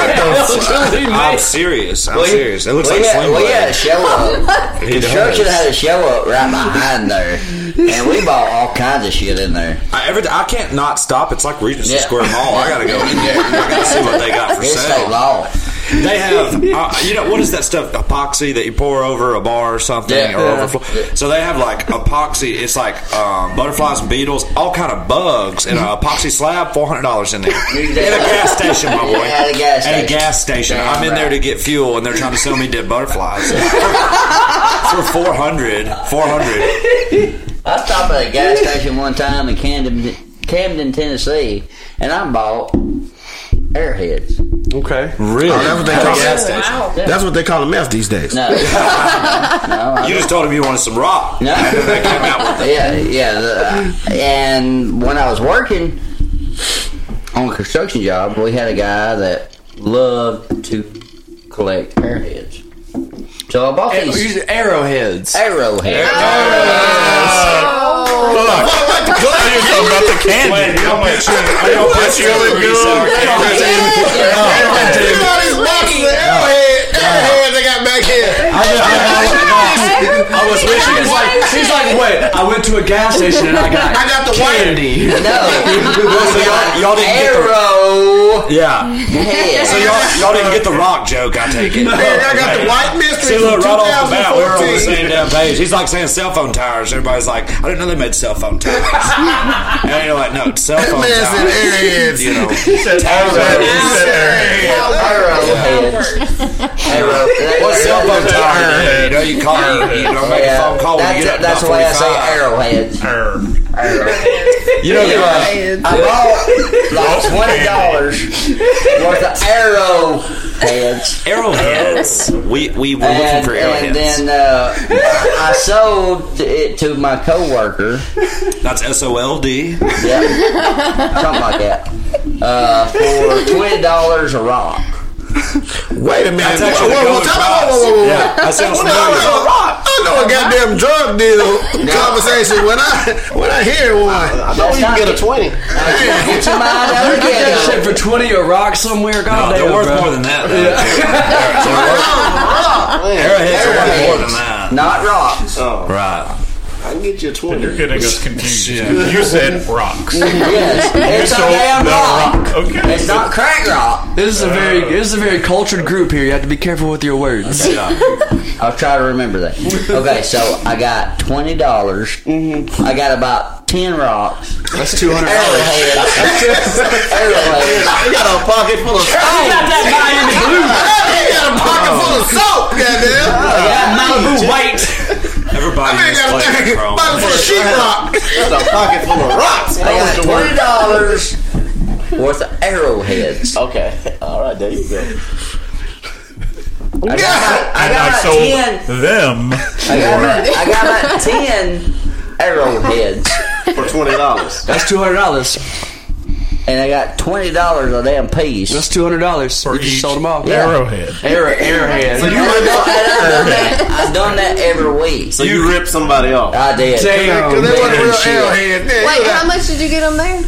I'm serious. I'm serious. It looks we like had, Sling we Blade. had a show up. He Construction does. had a show up right behind there, and we bought all kinds of shit in there. I, every, I can't not stop. It's like Regency Yeah. Square Mall. I gotta go in there. I gotta see what they got for It's state sale. law. They have, uh, you know, what is that stuff? Epoxy that you pour over a bar or something, Yeah. or Yeah. overflow. So they have like epoxy. It's like um, butterflies and beetles, all kind of bugs, and an epoxy slab, four hundred dollars in there. At a gas station, my boy. At a gas At a station. gas station. Damn I'm in there right. to get fuel, and they're trying to sell me dead butterflies <laughs> for 400 400 I stopped at a gas station one time in Camden, Camden, Tennessee, and I bought airheads. Okay. Really? that's what they call gas station. Wow. That's what they call them meth these days. No, You just told him you wanted some rock. <laughs> No. And then they came out with yeah, yeah. the- uh, and when I was working on a construction job, we had a guy that loved to collect airheads. So I bought these Arrowheads. arrowheads. about the candy. Wait, you don't put you you don't put you in the I was wishing. She's like, she's like, wait. I went to a gas station and I got, I got the candy. <laughs> No, y'all didn't get the- arrowheads. Yeah. So y'all, y'all didn't get the rock joke, I take it. I got the white mystery See, look, from right off the bat, we were on the 2014. same damn page. He's like saying cell phone tires. Everybody's like, I didn't know they made cell phone tires. <laughs> and you're like, no, cell phone man said tires. airheads. You know, Arrowheads. Arrow- what cell phone tire? You know, you call, you, you know, make a phone call when that's you get up. that's about why I say 45. arrowheads. You know, uh, I bought like twenty dollars worth of arrowheads, arrowheads. We we were looking and, for and arrowheads. then uh, I sold it to my coworker. That's S O L D. Yeah, something like that. Uh, for twenty dollars a rock. Wait a minute. That's actually Whoa, whoa, whoa, going whoa, whoa, across. whoa, whoa. Yeah, that sounds Well, I familiar. know- I know a goddamn drug <laughs> deal conversation when I when I hear one. I know you can get a twenty. Get your mind out You of get that the shit for twenty a rock somewhere. God No, Oh, they're damn, worth bro. more than that. Though. Arrowheads are worth more than that. Not rocks. <laughs> Right. I can get you a You're twenty. getting us confused. Shit. You said rocks. Yes, it's a sold damn the rock. rock. Okay. It's not crack rock. This is a very, Uh. this is a very cultured group here. You have to be careful with your words. I'll try to remember that. Okay, so I got twenty dollars. I got about ten rocks. That's two hundred dollars. Arrowheads. Arrowheads. I got a pocket full of. He got a pocket full of soap, goddamn. Malibu white. Everybody I in this got a place is thing- wrong. pocket full of sheetrock. I got a pocket full of rocks. I got twenty dollars worth of arrowheads. Okay. <laughs> All right. There you go. I got about, I And I got about ten. sold them. I got about, I got about ten arrowheads, For twenty <laughs> dollars. That's two hundred dollars. and I got twenty dollars a damn piece. That's two hundred dollars. You just each sold them off. Arrowhead. Arrow, arrowhead. And I've done- and I've done that- I've done that every week. So you rip somebody off. I did. They Damn. want a real shit. arrowhead. Yeah, Wait, you know. how much did you get on there?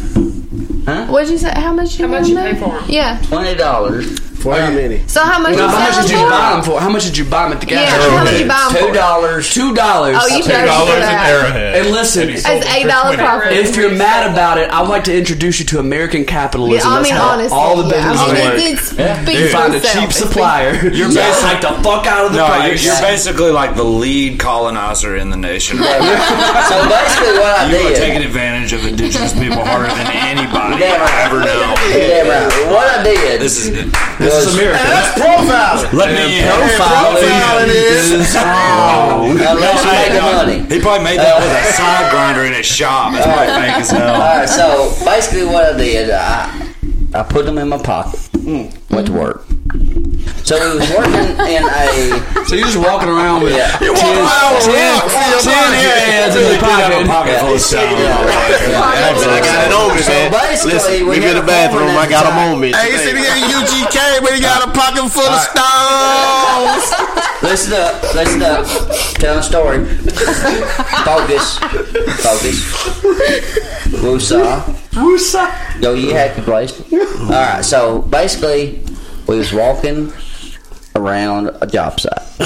Huh? What'd you say? How much you How get much on you there? pay for 'em? Yeah. Twenty dollars, For how many? So how much Now, you how much sell did you for? buy them for? How much did you buy them at the Yeah, gas station? how much you buy 'em two for? dollars. Two dollars. Oh, you Two paid dollars for an that. arrowhead. And listen, And he sold That's it for eight dollar 20. profit. if you're mad about it, I'd like to introduce you to American capitalism. I That's mean, how honestly, all the yeah. businesses I mean, work. it did speak You for find a itself. cheap It's been- supplier. You're Yeah. just like the fuck out of the No, you're, price. you're basically like the lead colonizer in the nation. You so basically, what I are did. taking advantage of indigenous people harder than anybody Damn I right. ever know. Damn right. What I did. This is it. this is America. That's profiling. Let me in. Profiling is. Oh, Now, let's make Hey, the no, money. He probably made that with a side grinder in his shop. That's probably fake as hell. All right, so basically what I did, I, I put them in my pocket, went to work. So we was working in <laughs> a So you're just walking around with Yeah. ten, walking around with ten- rocks in your ten pocket. hairheads in your have a pocket. pocket full of stone. I got it over, man. basically, Listen, we we in had the a bathroom. foreman I at got the them time. on me. Hey, you see the UGK, but he got a pocket full of stones. listen up, listen up, tell a story. Focus, focus. Woosah. Woosa. Go you happy place. All right, so basically we was walking around a job site,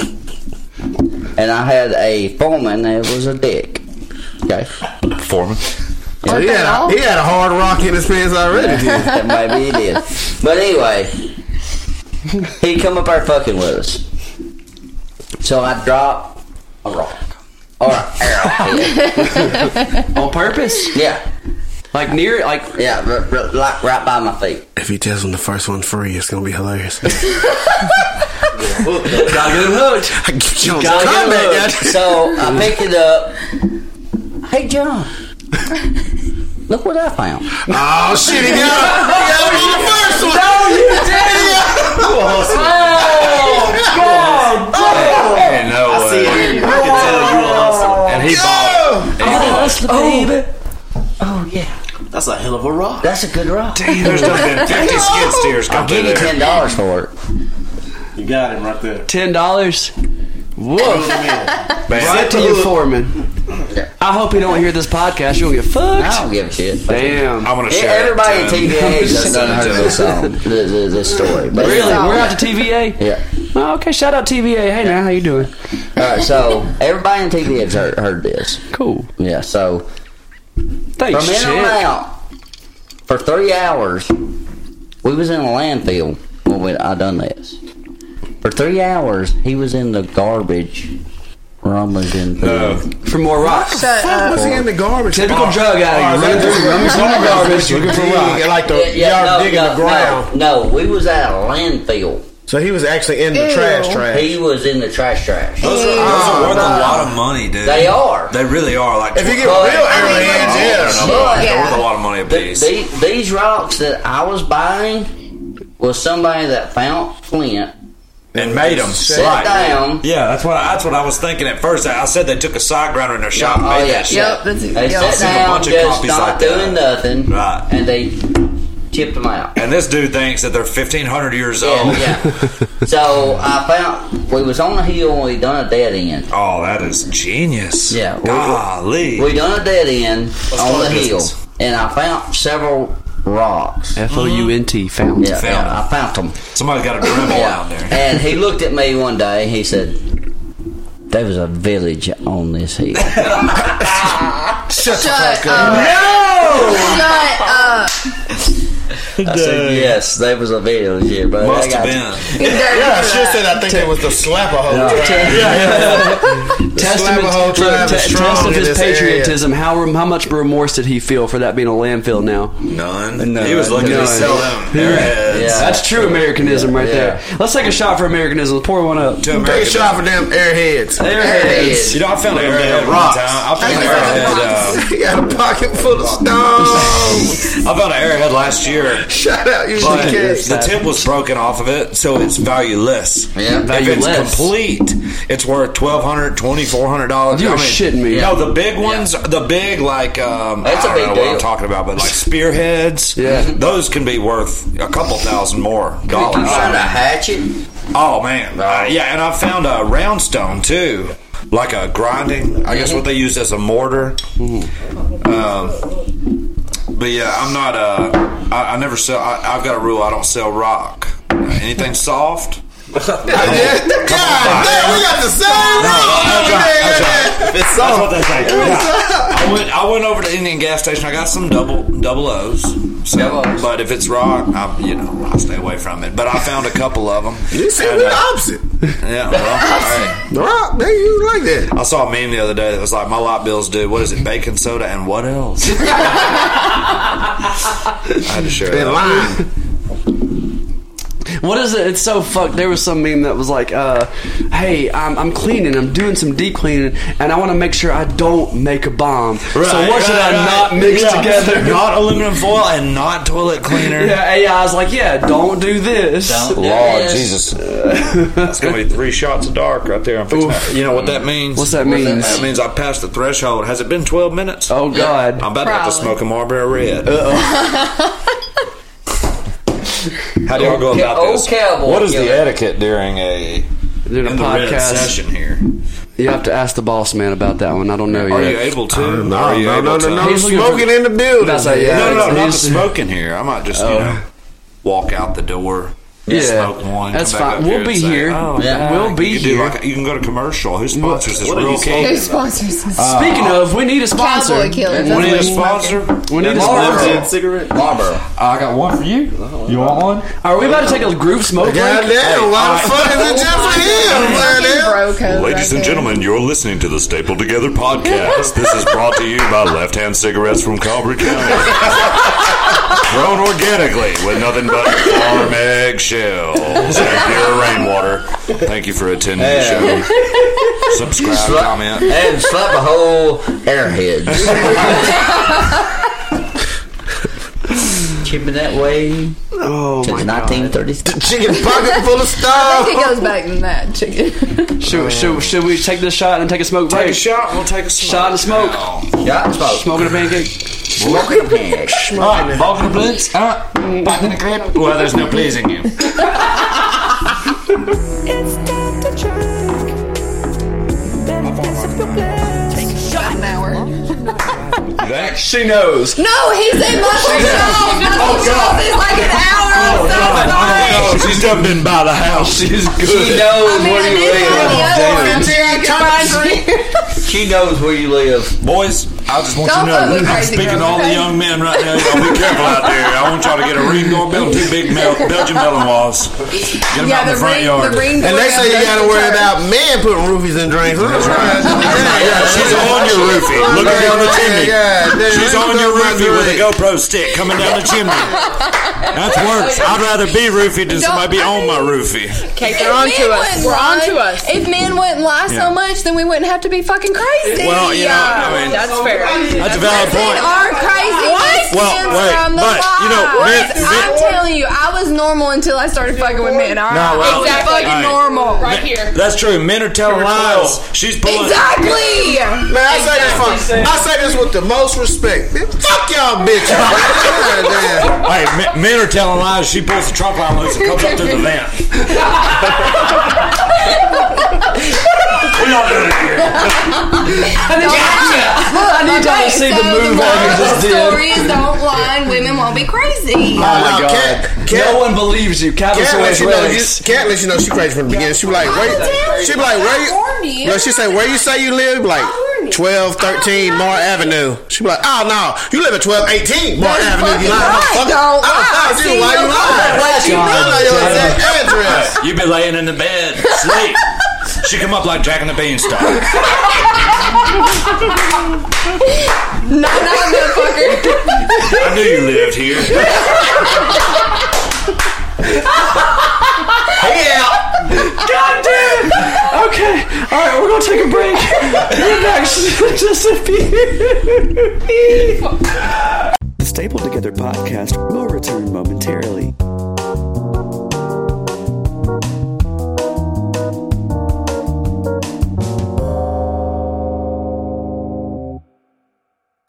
and I had a foreman that was a dick. Okay. Foreman. So he, had a, he had a hard rock in his pants already. Maybe he did. But anyway, He'd come up there fucking with us. So I drop a rock. Or an arrowhead. on purpose, yeah. like near, like Yeah, r- r- like right by my feet. <laughs> If he tells him the first one's free, it's gonna be <laughs> hilarious. gotta get him hooked. Jones, John, get come a back, look. guys. So I picked it up. Hey, John. Look what I found. Oh shit, he got him. He got him <laughs> on the first one. Hey, no I see way. it. I can tell you a hustler. And he bought. That's a hell of a rock. That's a good rock. There's done been 50 skid steers I'll come give through you there. ten dollars for it. You got him right there. ten dollars. Whoa! Man, Right to your foreman. I hope you don't hear this podcast. You'll get I fucked. don't give a shit. Damn. I want to E- share. Everybody it, at <laughs> Tim. TVA has done heard this song, th- th- this story. But Really? anyway, We're out to TVA. Yeah. Oh, okay. Shout out TVA. Hey now, how you doing? All right. So everybody in TVA has heard, heard this. Cool. Yeah. So Thanks, from then on shit. out, for three hours, we was in a landfill when we, I done this. For three hours, he was in the garbage rummaging through. No. For more rocks. Fuck, was he in the garbage? Oh. Oh. Typical drug addict. Running through rummage in the garbage looking for rocks. Dig, like the y'all digging the ground. No, no, we was at a landfill. So he was actually in the Ew. trash trash. He was in the trash trash. Those are, those are Oh, worth a lot of money, dude. They are. They really are. Like if you get real Well, I mean, arrowheads, like- yeah. they're worth Yeah. a lot of money a The, piece. the, these rocks that I was buying was somebody that found Flint, and made them sat down. Yeah, that's what I, that's what I was thinking at first. I I said they took a side grinder in their shop and Oh, made yeah. that shit. Yep, that's They yep. sat seen a down, bunch of just copies not like that. doing nothing, Right. and they tipped them out. And this dude thinks that they're fifteen hundred years old. Yeah, yeah. <laughs> so I found we was on a hill and we done a dead end. Oh, that is genius. Yeah, we- golly. We done a dead end on call the it hill, business. and I found several rocks. F O U N T. Found. Yeah, Found yeah, I found them. Somebody's got a Dremel down there. And he looked at me one day. He said, "There was a village on this <laughs> hill." Shut the Shut fuck up. up. Shut up. I said, "Yes, there was a village here, but Must I got have been. You dirty Yeah, I slut. should said I think it was the slapper hole. Yeah, Testament, Slap a whole look, tribe te- is strong test of in his this area. patriotism. How rem- how much remorse did he feel for that being a landfill? Now None. None. He was looking None. to sell them arrowheads. Yeah. that's true Americanism right yeah. there. Let's take a shot for Americanism. Let's pour one up. To Take a America. shot for them airheads. Airheads. You know, I found an damn arrowhead one rocks. time. I found an arrowhead. <laughs> He got a pocket full of stones. Uh, I found an arrowhead last year. <laughs> Shout out, you But kids. the tip was broken off of it, so it's valueless. Yeah. If Valueless. it's complete, it's worth twelve hundred, twenty four hundred dollars. You're shitting me. No, the big ones, the big like um, That's I a don't big know what I'm deal. talking about, but <laughs> like spearheads. Yeah. those can be worth a couple thousand more You dollars. found a hatchet? Oh man, uh, yeah, and I found a round stone too, like a grinding. I guess what they use as a mortar. Um, but yeah, I'm not. Uh, I, I never sell. I, I've got a rule. I don't sell rock. Uh, anything soft. God damn, we got the same roll. If it's That's so, what they say. Yeah. I went. I went over to the Indian gas station. I got some double double O's. So, Double O's. but if it's rock, I, you know, I stay away from it. But I found a couple of them. You see, And, we uh, the opposite. yeah. Well, hey. The rock, they use like <laughs> that. I saw a meme the other day that was like, "My light bill's due. What is it? Bacon soda and what else?" <laughs> I had to share Been that. <laughs> lying. What is it? It's so fucked. There was some meme that was like, uh, "Hey, I'm, I'm cleaning. I'm doing some deep cleaning, and I want to make sure I don't make a bomb. so what should I not mix Yeah. <laughs> together?" Not aluminum foil and not toilet cleaner. yeah, AI is like, "Yeah, don't do this." Don't. Lord Yes. Jesus, that's gonna be three shots of dark right there. I'm fixing Oof. that. You know what that means? What's that mean? That means I passed the threshold. Has it been 12 minutes? Oh God. I'm about to have to Probably. smoke a Marlboro Red. How do y'all <laughs> go about Old this? cowboy what is the killer. etiquette during a Dude, a in the red podcast. session here? You have to ask the boss man about that one. I don't know Are yet. you able to? No, Are you no, able no, to? no, no. He's looking Smoking for- in the building. That's like, yeah. No, no, no, not the he's- smoking here. I might just you know walk out the door. Yeah, smoke one. that's come back fine. up We'll and be say, here. "Oh, Yeah. We'll be you, can do here. like- you can go to commercial. Who sponsors this what are real you cake? Who sponsors this? Speaking Uh, of, we need a sponsor. Cowboy Killers. We need a That's what we're sponsor. We need a Blunted sponsor. cigarette. Marlboro. I got one for you. You want one? Are we about to take a groove smoke break? Goddamn, why the fuck is it <laughs> just for him? man? Bro code Ladies right and there. gentlemen, you're listening to the Staple Together podcast. This is brought to you by Left Hand Cigarettes from Calvert <laughs> County. Grown organically with nothing but farm eggshells and pure rainwater. Thank you for attending the show. Subscribe, comment. And slap a whole airhead. Keeping that way Oh since my god. 1930s. Chicken pocket full of I stuff. think it goes back than that chicken. Should, should, should we take this shot and take a smoke break? shot. We'll take a smoke. Shot and smoke. Yeah, I smoke. Smoking a pancake. Smoking pig. All right, back in the blitz. Uh, back in the crib. Well, there's no pleasing you. It's Dr. Drunk. Better fix up your plans. Shot an hour. Thanks. She knows. No, he's in mushroom sauce. Mushroom sauce is like an hour or so. Oh, she's done been by the house. She's She good. knows I mean, where I you did live. have the other one. I could find you. She knows where you live. Boys, I just want Don't you to fuck know, with I'm crazy speaking to girls, all the okay? young men right now. Y'all be careful out there. I want y'all to get a ring doorbell, two big Mel- Belgian Malinois. Get them Yeah, out in the, the front ring, yard. the ring. And they doorbell say you goes gotta to worry church. about men putting roofies in drinks. That's right. Yeah, she's on your roofie, looking down the chimney. She's on your roofie with a GoPro stick coming down the chimney. That's worse. I'd rather be roofied than somebody be on my roofie. Okay, they're onto us. We're onto us. If men wouldn't lie so Yeah. much, then we wouldn't have to be fucking crazy. Well, you know, I mean, That's fair. that's a valid Men point. are crazy. Well, Men wait, from the but, you know, lies. men- I'm men- telling you, I was normal until I started fucking with men. All right, well, exactly. all right. fucking normal. Right here. That's true. Men are telling lies. She's pulling. Exactly. Man, I say this for, I say this with the most respect. Man, fuck y'all bitches. Goddamn. Hey, men, men are telling lies. She pulls the trunk line loose and comes up through the vent. we all do it here. <laughs> I need y'all to see the move moral I of the just did. story is don't lie and women won't be crazy. Oh my No, god. Cat, No cat, one believes you. Cowboys cat always lets you know. You, legs. cat lets you know she crazy from the beginning. She be like, wait. She be like, where? You, no, she say, where you say you live? Be Like 12, 13 Moore Avenue. She be like, oh no, you live at 12, 18 Moore Avenue. You lying right. motherfucker. Don't I lie. don't know See, you. Why you you lying? Why you God lying? Your exact address. <laughs> You've been laying in the bed, sleep. She come up like Jack and the <laughs> Beanstalk. No, no, motherfucker. I knew you lived <laughs> here. Okay. All right, we're gonna take a break. We're back. <laughs> Just a few. The Staple Together podcast will return momentarily.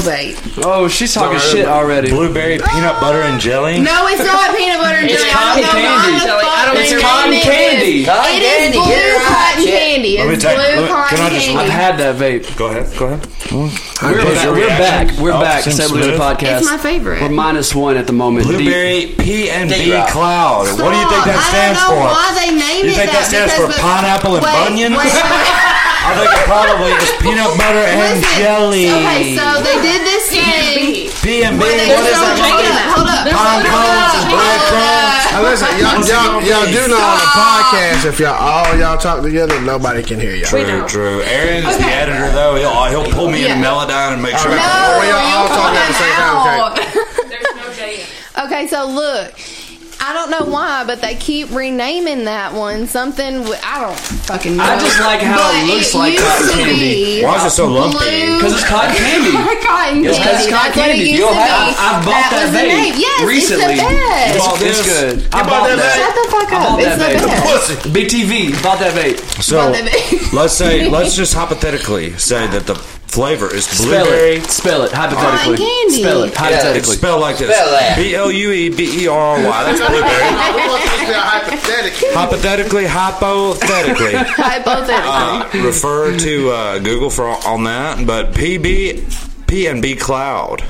Wait. Oh, she's talking shit already. Blueberry peanut butter and jelly. No, it's not peanut butter and jelly. It's I don't cotton know candy. Jelly. why the fuck I don't it's even know what it is. Cotton It is candy, blue get it right. cotton Shit. candy. Let me It's take- blue let- cotton can I just- I've candy. had that vape. Go ahead, go ahead. We're back. Oh, We're back. We're back. Staple Together podcast. It's my favorite. We're minus one at the moment. Blueberry P and B D-Rock. cloud. What do you think that stands I don't know for? why they named You it think that stands for because the- pineapple and Wait, bunions? wait. <laughs> I think it probably is <laughs> peanut butter and Listen, jelly. Okay, so they did this thing. P and B. where they- What is hold that? up, Hold up. Pine cones and breadcrumbs. Now listen, y'all, y'all, y'all do know on the podcast if y'all all y'all talk together, nobody can hear y'all. True, true. Aaron's the editor, though. He'll, he'll pull me into Melodyne and make sure. No. I We all you talking at the come same time, out. There's no day. Okay, so look. I don't know why, but they keep renaming that one something. wi- I don't fucking know. I just like how it But looks like used cotton to candy. be Why is it so lumpy? blue Because it's <laughs> cotton candy. cotton It's 'cause candy. it's cotton That's what it candy. used You'll to have- be. I- I bought that was the vape name. Yes, recently. It's the best. It's, it's good. I bought bought that that. Shut the fuck I up. bought It's the that vape. best. Pussy. Big TV. Bought that vape. So Well, let's say, let's just hypothetically say that the flavor is Spell blueberry. it. Spell it. Hypothetically. Cotton candy. Spell it. It's Hypothetically. spelled like this: Spell that. B L U E B E R R Y. That's <laughs> blueberry. Hypothetically, <laughs> hypothetically. <laughs> I both of Uh, refer to uh, Google for on that, but PB P and B Cloud.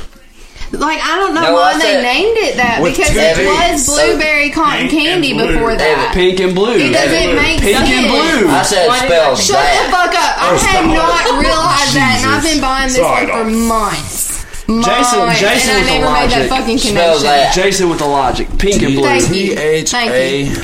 Like I don't know No, I why they said- named it that With because two it was Bs. blueberry cotton Pink and candy blue. before that. Pink and blue. It doesn't make Pink sense. and blue. I said Why did spell I- Shut the bad. fuck up! I First have of all. not realized that, and I've been buying this Sorry, one for dog. months. Jason- Months, Jason with and I the never made logic. that fucking Spell connection. that. Jason with the logic. Pink and blue. Thank T you. H A Thank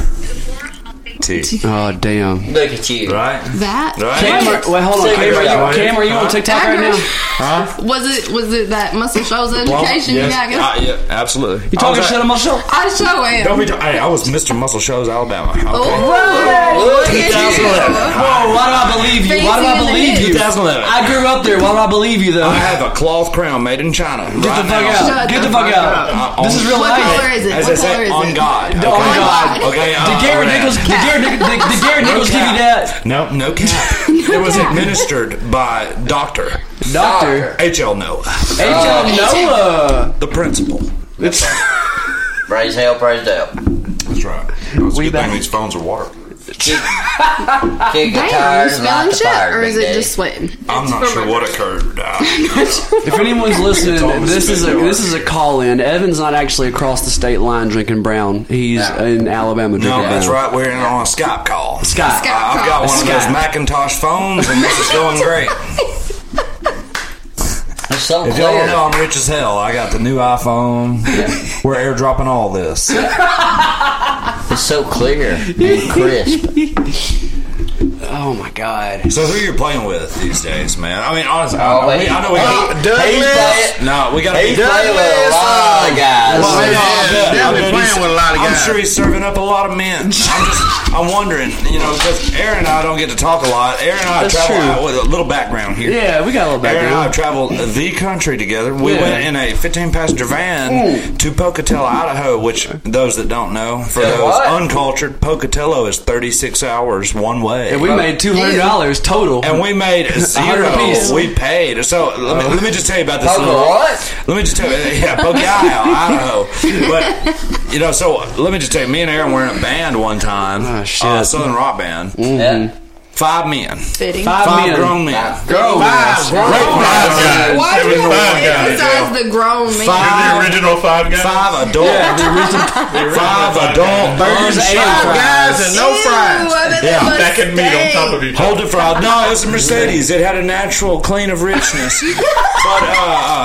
T. Oh damn. Look at you. Right? That Right? Cam, are, wait, hold on. Cam, are you, Cam, are you on TikTok right now? was it. Was it that muscle shoals education you got? Uh, Ah, yeah, absolutely. You talking shit on my show? I show Don't am. Oh. be. Hey, I was Mr. Muscle Shows Alabama. Okay. Look at you. 2011. Whoa, Oh, why do I believe you? Why do I Facing in the believe head. you? 2011. I grew up there. Why do I believe you though? I have a cloth crown made in China. Uh, Get the fuck out. Shut Get the the fuck fuck out. This is real What color life. is it? As I what color said, is on it? God. On God. Okay. Did Gary Nichols? Did Gary Nichols? Did did Gary Nichols give you that? No, <laughs> no cap. it was administered by Doctor Doctor H.L. Noah, H.L. Noah. the principal. It's Praise hell, praise hell. That's right. It's a We good back. thing these phones are water. Uh, Kick the Damn, you tires, light spelling the shit, fire, or is Big it Daddy. just sweating? I'm not sure what occurred. Uh, If anyone's listening, almost this is a midnight. this is a call in. Evan's not actually across the state line drinking brown. He's in Alabama drinking no, that's brown. right. We're in on a Skype call. Scott. Uh, I've got one of those Macintosh phones, and this is going great. It's so If y'all don't clear. know, I'm rich as hell. I got the new iPhone. We're airdropping all this. It's so clear and crisp. Oh my god. So who you're playing with these days, man? I mean, honestly, I, Oh, know, we, wait. I know we Uh, got. Douglas. no, we got to Hey, be. Doug- Play with a lot of guys. Well, I know, I bet, yeah, I definitely bet playing he's- with a lot of I'm guys. sure he's serving up a lot of men. I'm just, I'm wondering, you know, because Aaron and I don't get to talk a lot. Aaron and I That's travel true. out with a little background here. Yeah, we got a little Aaron and I have background. traveled the country together. We Yeah. went in a 15 passenger van to Pocatello, Idaho, which, those that don't know, for Yeah, those what? uncultured, Pocatello is 36 hours one way. And we made two hundred dollars total. And <laughs> we made zero. apiece. We paid. So let me, let me just tell you about this. Poker little- what? Let me just tell you. <laughs> Yeah, Pocahontas, Idaho. But you know, so let me just tell you. Me and Aaron were in a band one time. Oh, shit. Mm. Uh, Southern rock band. Yeah. Five men. Fitting. Five, Five men. grown men. Grown Five men. grown guys. Why do you Five want to guys. emphasize the grown man? Five. the original five guys. Five adult. five adult. Burgers and Five fries. guys and no fries. Yeah. Back and meat on top of each other. Hold it for all. No, it was a Mercedes. It had a natural clean of <laughs> richness, but uh,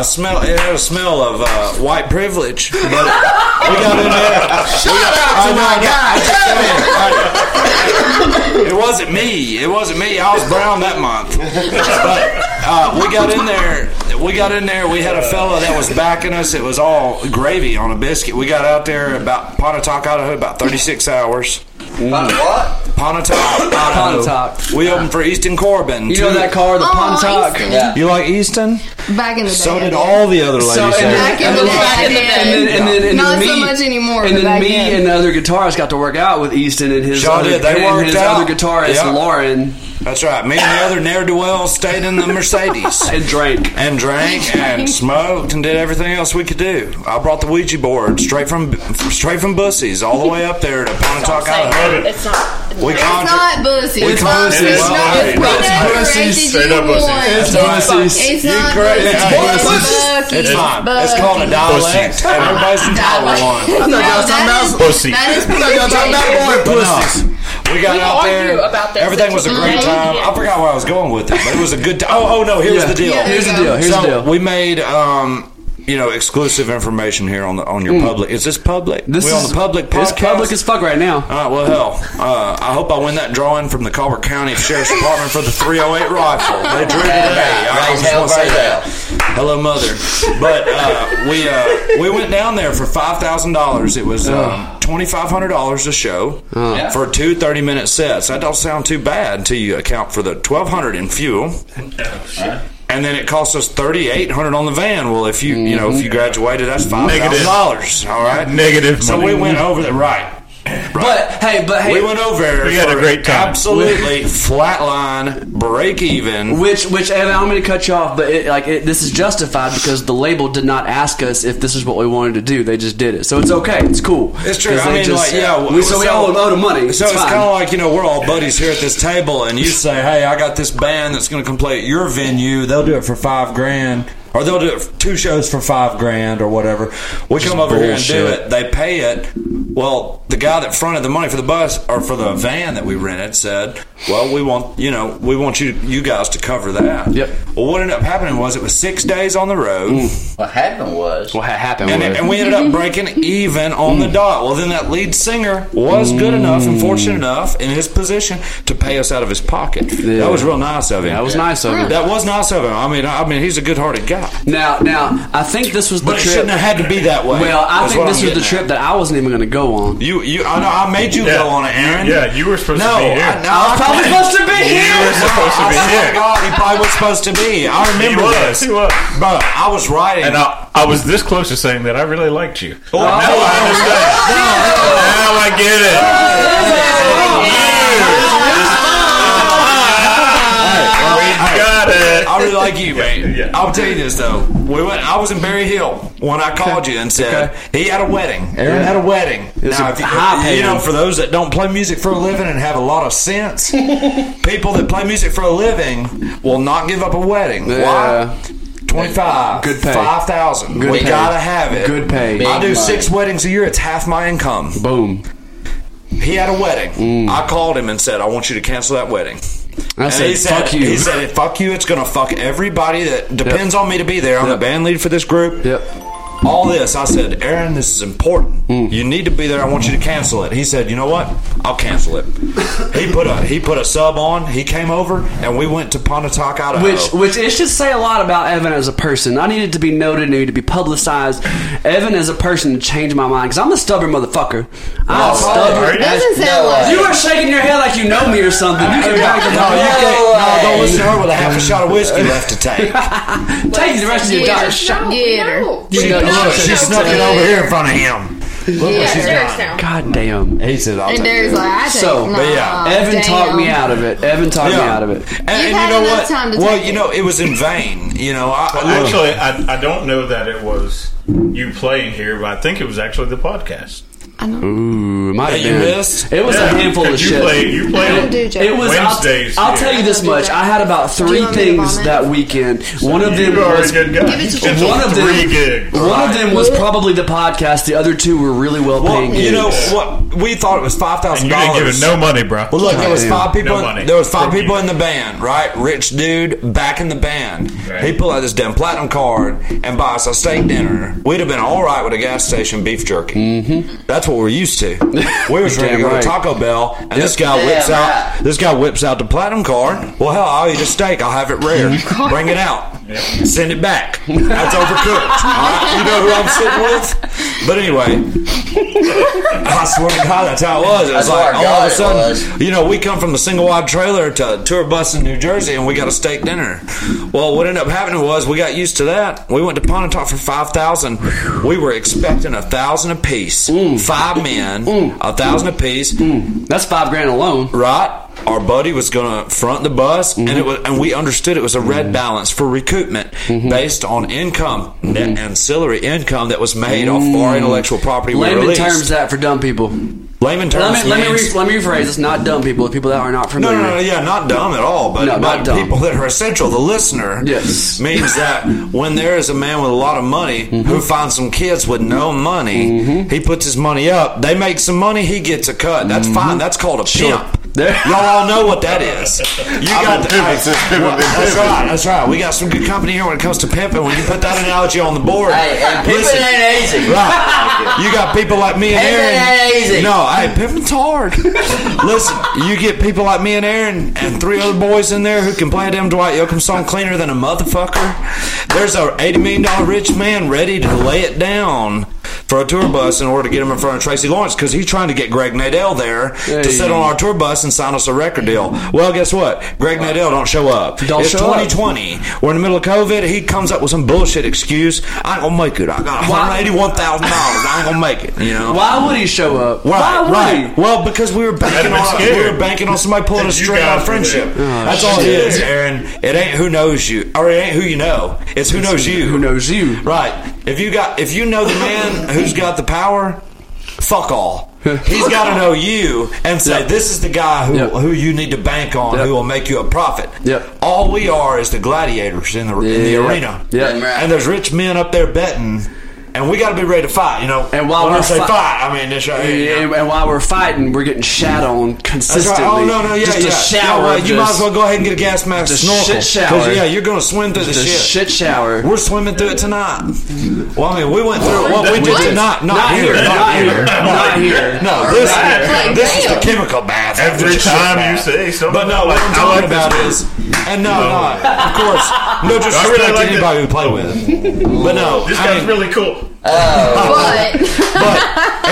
uh, smell. It had a smell of uh, white <laughs> privilege. But we got in there. Shout out to my guy. It wasn't me. It wasn't me. I was brown that month. But uh, we got in there. We got in there. We had a fella that was backing us. It was all gravy on a biscuit. We got out there about Pontotoc, Idaho, about thirty six hours. mm. But what? <coughs> Pontotoc, Idaho. Pontotoc. We opened for Easton Corbin. You know that car, the Oh, Pontotoc. Easton. Yeah. You like Easton? Back in the day. So did yeah. all the other ladies. So and there. then, Back in the day. and then, and then, and then, and Not then me, so much anymore, And but then back me then. and the other guitarist got to work out with Easton and his Y'all other, did. They and his worked out. other guitarist Yeah. Lauren That's right. Me and the other ne'er do well stayed in the Mercedes and Drake. and drank and smoked and did everything else we could do. I brought the Ouija board straight from straight from Bussie's all the way up there to Pontotoc, Idaho. It's not. We It's conjured. not bussy. We It's can't not do bussy. it. It's not It's bussy. Straight up bussy. It's It's not bussy. bussy. It's not You're correct. bussy. It's It's It's fine. It's Bussy. called a dialect, and everybody's entitled to one. I thought y'all talking about Pussy. That is I thought y'all talking about boy But no, pussies. We got We out argue there. about that Everything was a great situation. time. I forgot where I was going with it, but it was a good time. Oh, oh no! Here's Yeah. the deal. Yeah, there Here's the you go. deal. Here's so the deal. we made um, you know exclusive information here on the on your public. Is this public? Mm. This we is on the public It's podcast. public as fuck right now. all right, well, hell. Uh, I hope I win that drawing from the Colbert County Sheriff's Department for the 308 rifle. They drew it today. I Raise just hell, want to say praise that. hell. Hello, mother. But uh, we uh, we went down there for five thousand dollars. It was um, twenty five hundred dollars a show Yeah. for two 30 minute sets. That don't sound too bad until you account for the twelve hundred in fuel. And then it cost us thirty eight hundred on the van. Well, if you you know Mm-hmm. if you graduated, that's five thousand dollars. All right, Negative So money. we went over the right. But hey, but hey, We went over there. We had a for great time. Absolutely flatline, break even. Which, which, and I don't mean to cut you off, but it, like it, this is justified because the label did not ask us if this is what we wanted to do. They just did it, so it's okay. It's cool. It's true. 'Cause I they mean, like, yeah. we, so, we all owe the money. So it's, fine. kind of like you know we're all buddies here at this table, and you say, "Hey, I got this band that's going to come play at your venue. They'll do it for five grand." or they'll do it for two shows for five grand or whatever. We come over here and do bullshit. it. They pay it. Well, the guy that fronted the money for the bus or for the van that we rented said, "Well, we want you know we want you you guys to cover that." Yep. Well, what ended up happening was it was six days on the road. What happened was What ha- happened And, was and we ended up breaking even on the dot. Well, then that lead singer was good enough and fortunate enough in his position to pay us out of his pocket. Yeah. That was real nice of him. that was nice of him. That was nice of him. I mean, I I mean, he's a good-hearted guy, Now, now I think this was the but it trip. shouldn't have had to be that way. Well, I That's think what this I'm was the getting trip at. that I wasn't even going to go on. You, you, I know. I made you go on it, Aaron. Yeah, you were supposed No, to be here. I, no, I was probably supposed to be You were here. supposed to I be swear to here. God, he probably was supposed to be. I He remember was. this. He was. Bro, I was writing. And I, I was this close to saying that I really liked you. Oh, now I understand. Now I get it. We got it. I really like you, man. Yeah, yeah. I'll tell you this though. We went. I was in Berry Hill when I called you and said he had a wedding. Aaron had a wedding. was Now, a if you, high you know, paying. for those that don't play music for a living and have a lot <laughs> of sense, people that play music for a living will not give up a wedding. Yeah. Why? Twenty-five, Good pay. five thousand. Good We pay. gotta have it. Good pay. I do Big six weddings a year. It's half my income. Boom. He had a wedding. I called him and said, "I want you to cancel that wedding." Mm. I And said, he said, "Fuck you." He said, "Fuck you." It's gonna fuck everybody that depends on me to be there. I'm Yep. the band lead for this group. Yep. All this, I said, Aaron, this is important. Mm. You need to be there. I want you to cancel it. He said, "You know what? I'll <laughs> cancel it." he put a he put a sub on. He came over and we went to Pontotoc, Idaho. Which, which it should say a lot about Evan as a person. I needed to be noted, I needed to be publicized. Evan as a person changed my mind because I'm a stubborn motherfucker. Oh, I'm stubborn. Doesn't sound like You are shaking your head like you know me or something. You no, can Oh, you can't, no, don't listen to her with a half a shot <laughs> of whiskey left to take. take the rest of your diet. shot. Get her. She, No, no, she no, snuck it please. over here in front of him. Look what she's Derek's got. down. God damn. He said, "I'll And take Derek's it." like, I take So, nah, but yeah, Evan damn. talked me out of it. Evan talked me out of it. And, and had you know enough what? time to well, take you it. know, it was in vain. You know, I, Well, I- Actually, I, I don't know that it was you playing here, but I think it was actually the podcast. Ooh, it might have That you been. missed? It was a Yeah, handful of because you shit. Played, you Don't do played. Jack. It was. Wednesdays I'll, I'll here. tell you this much. I had about you three want me to things vomit? that weekend. One of them You are was a good guy. Give it to It's a one of them. three gig. One of them was probably the podcast. The other two were really well well, paying. you know gigs. what? We thought it was five thousand You didn't give dollars. it no money, bro. Well, look, there was Goddamn. five people. No money. there was five From people you. in the band, right? Rich dude back in the band. Right. He pulled out this damn platinum card and buy us a steak dinner. We'd have been all right with a gas station beef jerky. Mm-hmm. That's what we're used to. We was ready to Damn go right. to Taco Bell, and this guy Damn whips out. right. This guy whips out the platinum card. Well, hell, I'll eat a steak. I'll have it <laughs> rare. Bring it out. Send it back. That's overcooked. All right? You know who I'm sitting with? But anyway, <laughs> I swear to God, that's how it was. It was I swear like to all of a God sudden, it you know, we come from the single wide trailer to tour bus in New Jersey, and we got a steak dinner. Well, what ended up happening was we got used to that. We went to Pontotoc for five thousand. We were expecting a thousand apiece, Mm. five men, a thousand apiece, That's five grand alone. right? Our buddy was going to front the bus, and Mm-hmm. it was, and we understood it was a red balance for recoupment Mm-hmm. based on income, net ancillary income that was made off our intellectual property. we Mm. Layman released. terms that for dumb people. Layman Let terms. me let me, means- re- let me rephrase. It's not dumb people. It's people that are not No, familiar. no, no, yeah, not dumb at all, but, No, not but dumb. people that are essential, the listener, Yes. Mm-hmm. means that when there is a man with a lot of money who finds some kids with no money, he puts his money up, they make some money, he gets a cut. That's fine. That's called a pimp. Mm-hmm. There- Y'all all know what that <laughs> is. You got the, pimping since pimping Well, been That's pimping. right. That's right. We got some good company here when it comes to pimping. When you put that analogy on the board, Hey, and pimping listen, ain't easy. <laughs> Right. You got people like me and Pimping Aaron. ain't easy. No, hey, pimping's <laughs> hard. Listen, you get people like me and Aaron and three other boys in there who can play a damn Dwight Yoakam song cleaner than a motherfucker. There's a eighty million dollar rich man ready to lay it down for a tour bus in order to get him in front of Tracy Lawrence because he's trying to get Greg Nadell there Hey. to sit on our tour bus and sign us a record deal. Well, guess what? Greg Nadell don't show up. Don't it's show up. 2020. We're in the middle of COVID. He comes up with some bullshit excuse. I ain't gonna make it. I got Why- one eighty one thousand dollars. I ain't gonna make it. You know. Why would he show up? Why Right, would right. he? Well, because we were banking That'd have on been we scary. were banking on somebody pulling Then us you straight got out of it. friendship. Oh, That's all it is, Aaron. It ain't who knows you, or it ain't who you know. It's who knows you. Who knows you? Right. If you got, if you know the man who's got the power, fuck all. <laughs> He's got to know you and say Yep. this is the guy who Yep. who you need to bank on, Yep. who will make you a profit. Yep. All we are is the gladiators in the in the Yeah. arena. Yeah. And there's rich men up there betting, and we got to be ready to fight. You know. And while when I we're say fi- fight, I mean this right here. you know. And, and while we're fighting, we're getting shat on That's right. consistently. Oh no, no, yeah, just yeah. a shower. Yeah, well, of you might as just- well go ahead and get a gas mask just snorkel. shit shower. 'Cause, Yeah, you're gonna swim through the just a shit. shit shower. We're swimming through it tonight. Well, I mean, we went through it. What we did What? tonight, not, Not here, here, not here, not here. No, this, Not here. this is the Like, chemical bath. Every It's a shit time you bath. say something, but no, I'm what like, I'm I talking like this about one. is, and no, no, of course, <laughs> no disrespect really like to this. anybody who played with it. But no, This I guy's mean, really cool. <laughs> But but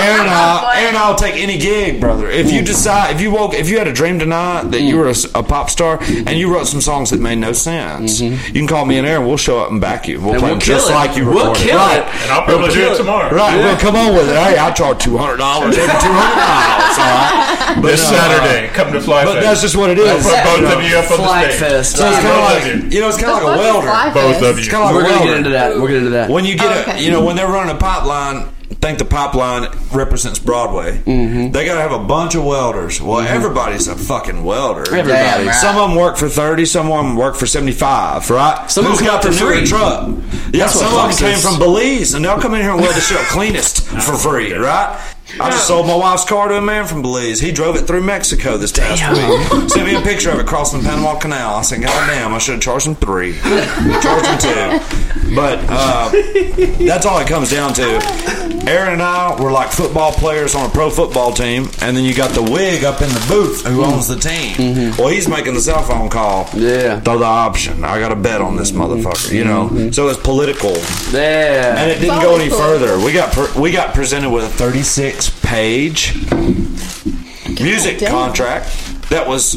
<laughs> Aaron and I, Aaron and I will take any gig, brother. If you decide, if you woke, if you had a dream tonight that you Mm. were a, s- a pop star and you wrote some songs that made no sense, you can call me and Aaron. We'll show up and back you. Mm-hmm. We'll And play we'll them kill just it. like you We'll recorded. kill right. it. And I'll probably do it tomorrow. Right, well, come on with it. Hey, I charge two hundred dollars every two hundred dollars. All <laughs> right, but This no, uh, Saturday, come to Fly but Fest. that's just what it is. Put both of you up on Flag the stage. fest. So Yeah. it's kind Both of of like you know, it's kind of What like a the welder. fuck is Both of It's you. kind of like We're a gonna welder. get into that. We're gonna do that. When you Oh, get a, okay. you know, when they're running a pipeline, think the pipeline represents Broadway. Mm-hmm. They got to have a bunch of welders. Well, everybody's a fucking welder. Everybody. Damn right. Some of them work for thirty. Some of them work for seventy-five. Right. Some of Who's them got the work for newer free. truck? Yeah. That's what some of them fucks came us. from Belize, and they'll come in here and weld the shit cleanest <laughs> for free. Right. I just sold my wife's car to a man from Belize. He drove it through Mexico this past week. Sent me a picture of it crossing the Panama Canal. I said, God damn, I should have charged <laughs> him three. charged him two. But uh, that's all it comes down to. Aaron and I were like football players on a pro football team, and then you got the wig up in the booth who Mm-hmm. owns the team. Well, he's making the cell phone call. Yeah. Mm-hmm. Throw the option. I got to bet on this motherfucker, you know? So it's political yeah. and it didn't go any Follicle. further. We got per, we got presented with a 36 page music damn. contract that was,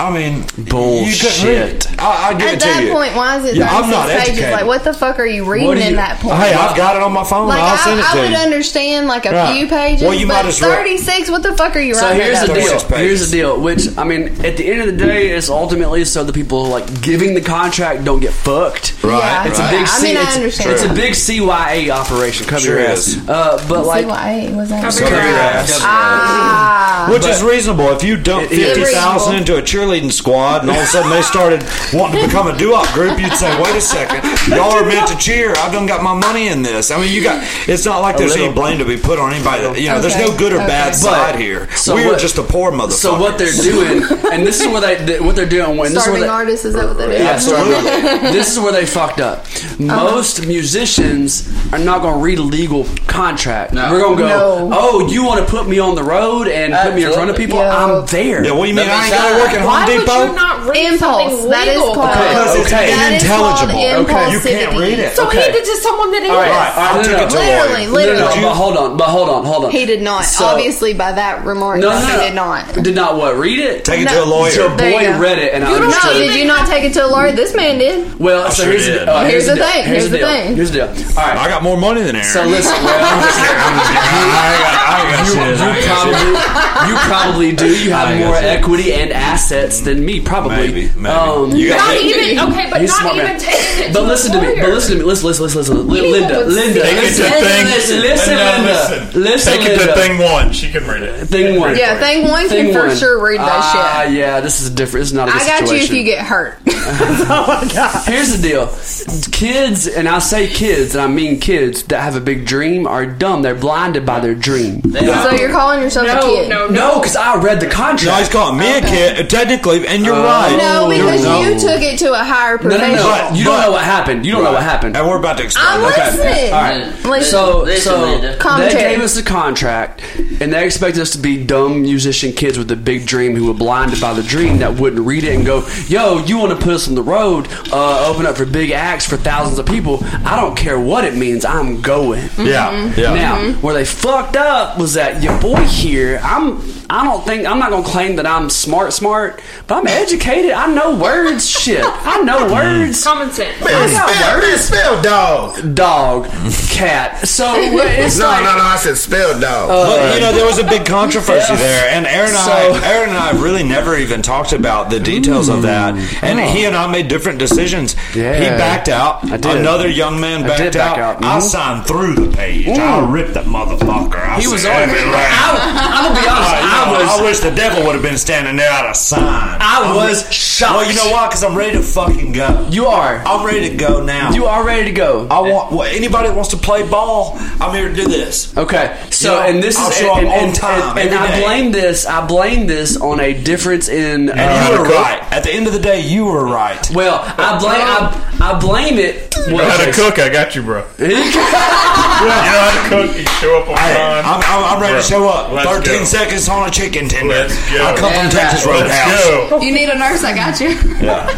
I mean, Bullshit. You couldn't read it. I, I give at it to that you. point, why is it Yeah, I'm 36 not pages? educated. Like, what the fuck are you reading What do in you- that point? hey, I've got it on my phone. like, I'll I, send it I to would you. understand like a Right. few pages. Well, you but might as well- 36, what the fuck are you So writing? here's the about? deal. 36 pages. Here's the deal. Which I mean, at the end of the day, it's ultimately so the people like giving the contract don't get fucked. Right, Yeah, it's It's a yeah. big I C. mean, I it's, understand. it's a that. big CYA operation. Cover Sure your is. ass. Uh, but like, CYA was that? Cover your Cover your ass. ass. Ah. Which is reasonable. If you dump It is. fifty thousand into a cheerleading squad, and all of a sudden they started wanting to become a doo-wop group, you'd say, "Wait a second, y'all are meant to cheer. I've done got my money in this." I mean, you got. It's not like there's any little. blame to be put on anybody. That, you know, there's Okay, no good or okay. bad But- side here. so we are what- just a poor motherfucker. so what they're doing, and this is what they th- what they're doing when this is Starving what they, artists, is that what that is? Yeah, <laughs> so this is where they fucked up. Uh-huh. Most musicians are not going to read a legal contract. No. We're going to go, No. oh, you want to put me on the road and put me in front of people? Absolutely. Yeah. I'm there. Yeah, what do you mean? That I ain't makes got to sense. work at Why Home would you Depot. not read Impulse. something That is legal? called. Because it's Okay. That is called unintelligible. Okay. You can't read it. So Okay. we needed to someone that All right. English. All I right, no, took no, it to no. a lawyer. Literally, No, no, literally. no, but hold on, but hold on, hold on. He did not. So- obviously, by that remark, No, no, he no. did not. Did not what? Read it? Take it to a lawyer. So There you boy go. read it and I No, understood. did you not take it to a lawyer? This man did. Well, so sure here's, did. uh, Here's the deal. thing, Here's, here's the the deal. thing. Here's the deal. All I right. got more money than Aaron. <laughs> So listen, well, I ain't got- I ain't got shit. I ain't you got shit. probably you probably do. You I have got more you. equity and assets than me, probably. Maybe, maybe. Um, You got Not it. even okay, but He's a not smart even man. taking it. But listen to me. But listen to me. Listen, listen, listen, listen. Li- Linda, would Linda, say- Take listen, it to thing. listen, listen, Linda, listen. listen, Take it Linda. to thing one. She can read it. Thing one. Yeah, thing one Thing can for one. sure read that Ah, shit. yeah, this is different. This is not a good I got you if situation. you get hurt. Here's the deal. Kids, and I say kids, and I mean kids that have a big dream are dumb. They're blinded by their dream. so you're calling yourself a No, kid? no, no. No, because I read the contract. No, he's calling me a kid, technically, and you're right. No, Oh, because no. you took it to a higher No, profession. no, no. But- you don't but- know what happened. You don't know what happened. And we're about to explain. I'm that. listening. Listen. So, Listen, so Linda. they Commentary. gave us the contract, and they expected us to be dumb musician kids with a big dream who were blinded by the dream that wouldn't read it and go, "Yo, you want to put us on the road? Uh, open up for big acts for thousands of people. I don't care what it means. I'm going." Yeah, yeah. Now, where they fucked up was that your boy here. I'm I don't think I'm not gonna claim that I'm smart, smart, but I'm educated. I know words. <laughs> shit, I know words. Common sense. I got Spell, words. spell dog. Dog, cat. So <laughs> it's No, like no, no. I said spell Uh, dog. But you know, there was a big controversy there, and Aaron and uh, So- I, Aaron and I really never even talked about the details of that. And he and I made different decisions. Mm. Oh. Yeah. He backed out. I did. Another young man I backed did back out. out. I Mhm. signed through the page. I ripped that motherfucker. I he was on. said, I, "Every round." I'm gonna be honest. Uh, you know, I was. I wish the devil would have been standing there at a sign. I was shocked. Well, you know why? Because I'm ready to fucking go. You are. I'm ready to go now. You are ready to go. I want well, anybody that wants to play ball. I'm here to do this. Okay, so know, and this I'll is show up and, on and, time and, and every I day. blame this. I blame this on a difference in. uh, And you were right. At the end of the day, you were right. well, I blame I, I blame it. Know how Well, to cook? I got <laughs> you, bro. you know how to cook? You show up on Hey, time. I'm, I'm, I'm ready to Bro, show up. uh, let's 13 go. seconds on a chicken tender. Let's go. I come from Yeah. Texas Let's Roadhouse. go. You need a nurse, I got you.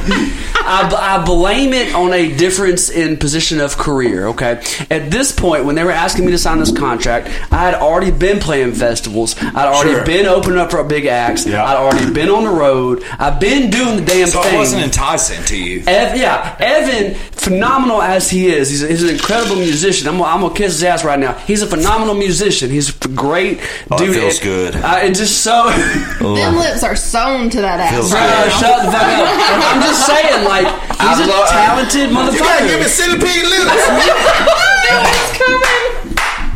I, bl- I blame it on a difference in position of career. Okay, at this point, when they were asking me to sign this contract, I had already been playing festivals. I'd already Sure. been opening up for big acts. Yeah. I'd already been on the road. I've been doing the damn So thing. it wasn't enticing to you. Ev, yeah, Evan, phenomenal as he is, he's, he's an incredible musician. I'm, gonna- I'm gonna kiss his ass right now. He's a phenomenal musician. He's a great Oh, it dude. feels It- good. Uh, it's just so. <laughs> Them lips are sewn to that ass. Feels Bro, shut the fuck up. I'm just saying, like, he's a love- talented You gotta give me motherfucker. centipede lips.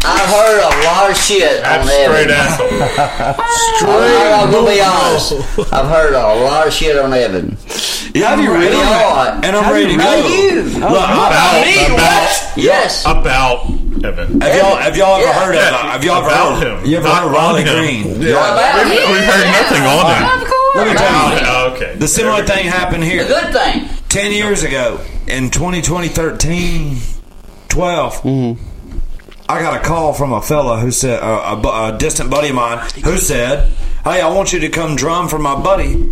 I've heard a lot of shit That's on straight Evan. asshole. I'm gonna be honest. I've heard a lot of shit on Evan. Yeah, have you ready? really? Yeah. And I'm Have ready you to go. really? Look, I- About, about, Yes. about Evan. have y'all have y'all ever Yeah. heard of uh, have y'all ever About heard him. you ever heard of Not on Riley him. Green? We've, we've heard nothing on him. Let me tell you. Oh, okay. The similar There we thing happened The here. good thing. 10 years ago in 2020 13 12 i got a call from a fella who said uh, a, bu- a distant buddy of mine who said hey i want you to come drum for my buddy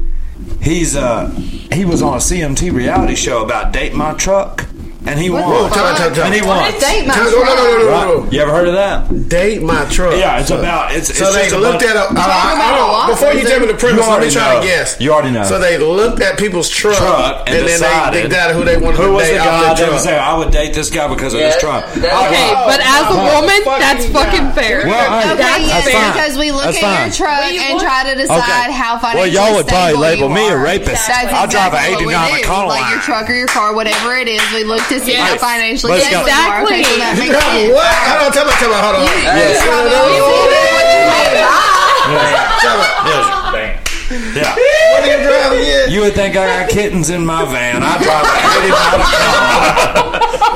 he's uh he was on a cmt reality show about date my truck and he What won the fuck? Time, time, time. and he won Date my No, no, no, no, no, no, no. Right. you ever heard of that Date my truck. yeah it's about it's, So it's they just a looked bunch- at a. I- talking I- I about don't- a lot? before you Is tell me the premise, let You me already try know. to guess. You already know. So they looked at people's truck, Truck and then they, they decided- decided who they wanted who to was date the off their guy that was truck. there? I would date this guy because of Yeah, his truck. that's- Okay, Oh, but as a oh, woman, fucking- that's fucking fair. Well, all right. That's That's fair fine. because we look That's at fine. your truck Well, you and look- try to decide how Well, financially y'all would probably stable label you me a are. rapist. That's I drive a exactly what we do. 89 Econoline. Like your truck or your car, whatever it is, we look to see how Yes. financially Let's stable go. you are. Okay, so that You makes got sense. what? I don't tell me, tell me, hold on. You- Yes. you probably No, no, no, see no. what you made up. Tell me, Yeah. what are you driving yet? You would think I got kittens in my van. I drive a <laughs> pretty car.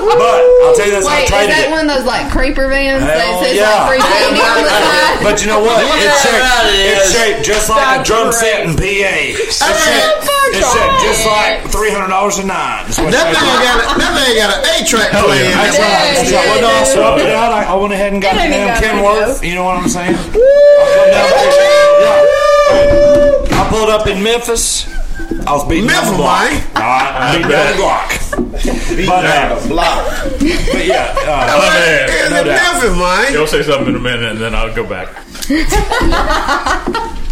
But I'll tell you this, Wait, I is traded that it. one of those like creeper vans Hell that says yeah. <laughs> like 380 on the side? But you know what? It's Yeah, shaped, right it it's is. shaped just like a drum set in Oh PA. It's shaped, it's shaped just like $300 a night. Is what That man it's shaped like. got a, that man got an A track Hell playing. yeah. That's That's right. That's right. Well, no, I swapped it out. I, I went ahead and got the ain't damn got Kenworth. You know what I'm saying? I come down there. Yeah. I pulled up in Memphis. I was beating down Memphis, the block. Mike. I, I beat down the block. But, uh, Block. but yeah, uh, My man. And No the doubt. Memphis, man. You'll say something in a minute, and then I'll go <laughs> back.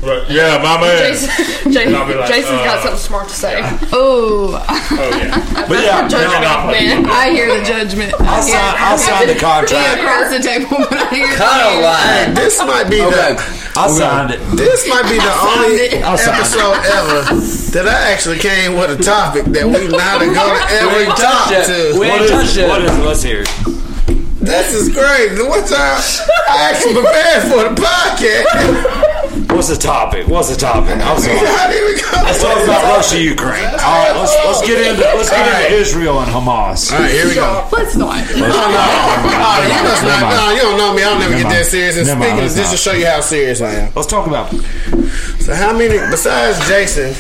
Right. Yeah, my man. Jason, Jason, I'll be like, Jason's uh, got something smart to say. Ooh, Oh yeah. But yeah, no, no. man. I hear the judgment. I signed, I signed the contract. across the table, but I hear Cut a line. This might be the I signed it. this might be the only I'll sign it. episode ever that I actually came with a topic that we not gonna ever ain't talk touched it. to. We What ain't touched is, it. what is? Let's hear. it. This is crazy. What time I actually prepared for the podcast? <laughs> What's the topic? What's the topic? I'm sorry. How did we come? Let's talk about Russia, Ukraine. All right, let's let's get into let's get All right. into Israel and Hamas. All right, here we go. Let's not. Oh, you must not. Nah, you don't know me. I'll never Never get mind. that serious. And Never speaking mind, of let's this, to not. show you how serious I am. Let's talk about. So, how many besides Jason?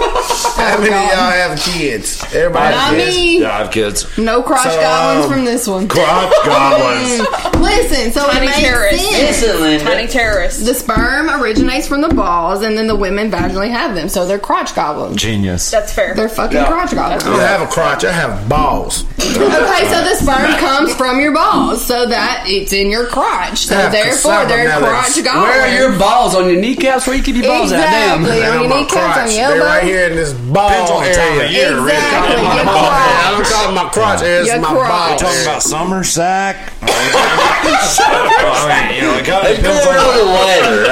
How many of y'all have kids? Everybody. Not has kids? me. Yeah, I have kids. No crotch So, goblins um, from this one. Mm. Crop goblins. Listen, so Tiny it makes terrorists. sense. Listen, Linda. Tiny terrorists. The sperm originates from the balls, and then the women vaginally have them, so they're crotch goblins. Genius. That's fair. They're fucking crotch goblins. I don't have a crotch. I have balls. Okay, so the sperm comes from your balls, so that it's in your crotch. So Yeah, 'cause therefore, they're some of them have crotch it. goblins. Where are your balls on your kneecaps? Where you keep your balls at? Damn. Exactly. They're On on your my kneecaps, on crotch. your They're elbow. right here in this Depends ball on the time of area. year, really. Exactly. Talking about Your my ball. crotch. I'm talking my crotch area. Your It's my crotch. ball Talking area. about summer sack. I mean, you know, it kind of depends on Go to the the weather.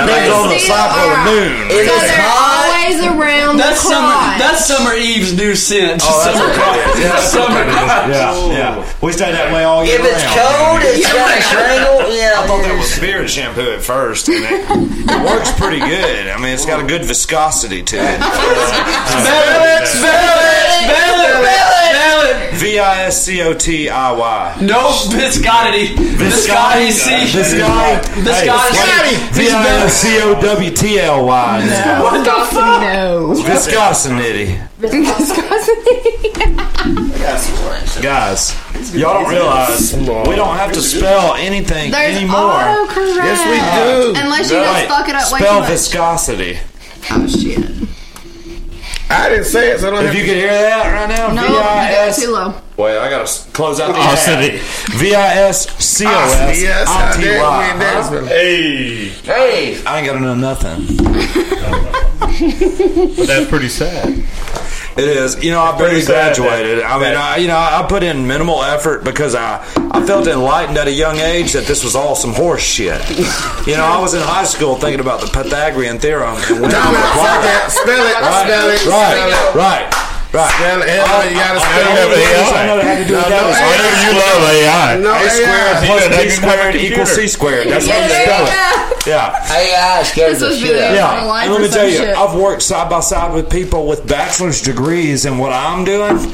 I depends on mean, the cycle of the moon. it So is they're hot. always around That's the summer. crotch. That's summer Eve's new scent. summer Oh, Yeah, summer. yeah, yeah. We stay that way all year If it's round. cold, it's got a strangle. Yeah. I thought that was beard shampoo at first, and it, it works pretty good. I mean, it's got a good viscosity to <laughs> it. V i s c o t i y. No biscotti. Biscotti. See. Viscotti. Biscotti. V i s c o w t l y. What the fuck? <laughs> no. Viscosinity. Guys, y'all don't realize we don't have to spell anything There's anymore. autocorrect. Yes, we do. Unless you Right. don't fuck it up way too Spell much. viscosity. oh shit. I didn't say it, so I don't If have you could hear that right now, No, you got it V-I-S. too low. Wait, I gotta s- close out the Osity. V i s c o s Yes, I i t did. I mean, that's y. been- Hey, Hey, I ain't gotta know nothing. that's pretty sad. It is. You know, I barely pretty sad graduated. that- I mean, that- I, you know, I put in minimal effort because I, I felt enlightened at a young age that this was all some <laughs> horse shit. You know, I was in high school thinking about the Pythagorean theorem. <laughs> And when I Tom, I said applied it. that. Spell it. Spell it. Right, right, right. Right. Spell it. Spell it. You gotta I spell know it. what it is. I know it had to do with that. no, It was I like know you love AI. No, A squared AI. plus Yeah, B that's squared computer. equals C squared. That's how you there you spell it. Yeah. AI scares This the was shit out of me. video. Yeah, life and let or me some tell you, shit. I've worked side by side with people with bachelor's degrees and what I'm doing,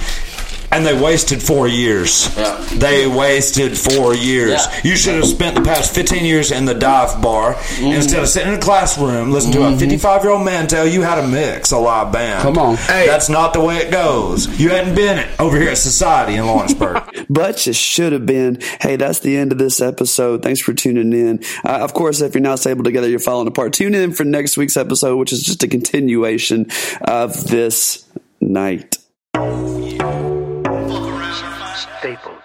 and they wasted four years. Yeah. They wasted four years. Yeah. You should have spent the past 15 years in the dive bar instead of sitting in a classroom listening to a 55 year old man tell you how to mix a live band. Come on. Hey. That's not the way it goes. You hadn't been it over here at Society in Lawrenceburg. but you should have been. Hey, that's the end of this episode. Thanks for tuning in. Uh, of course, if you're not stable together, you're falling apart. Tune in for next week's episode, which is just a continuation of this night. Staples.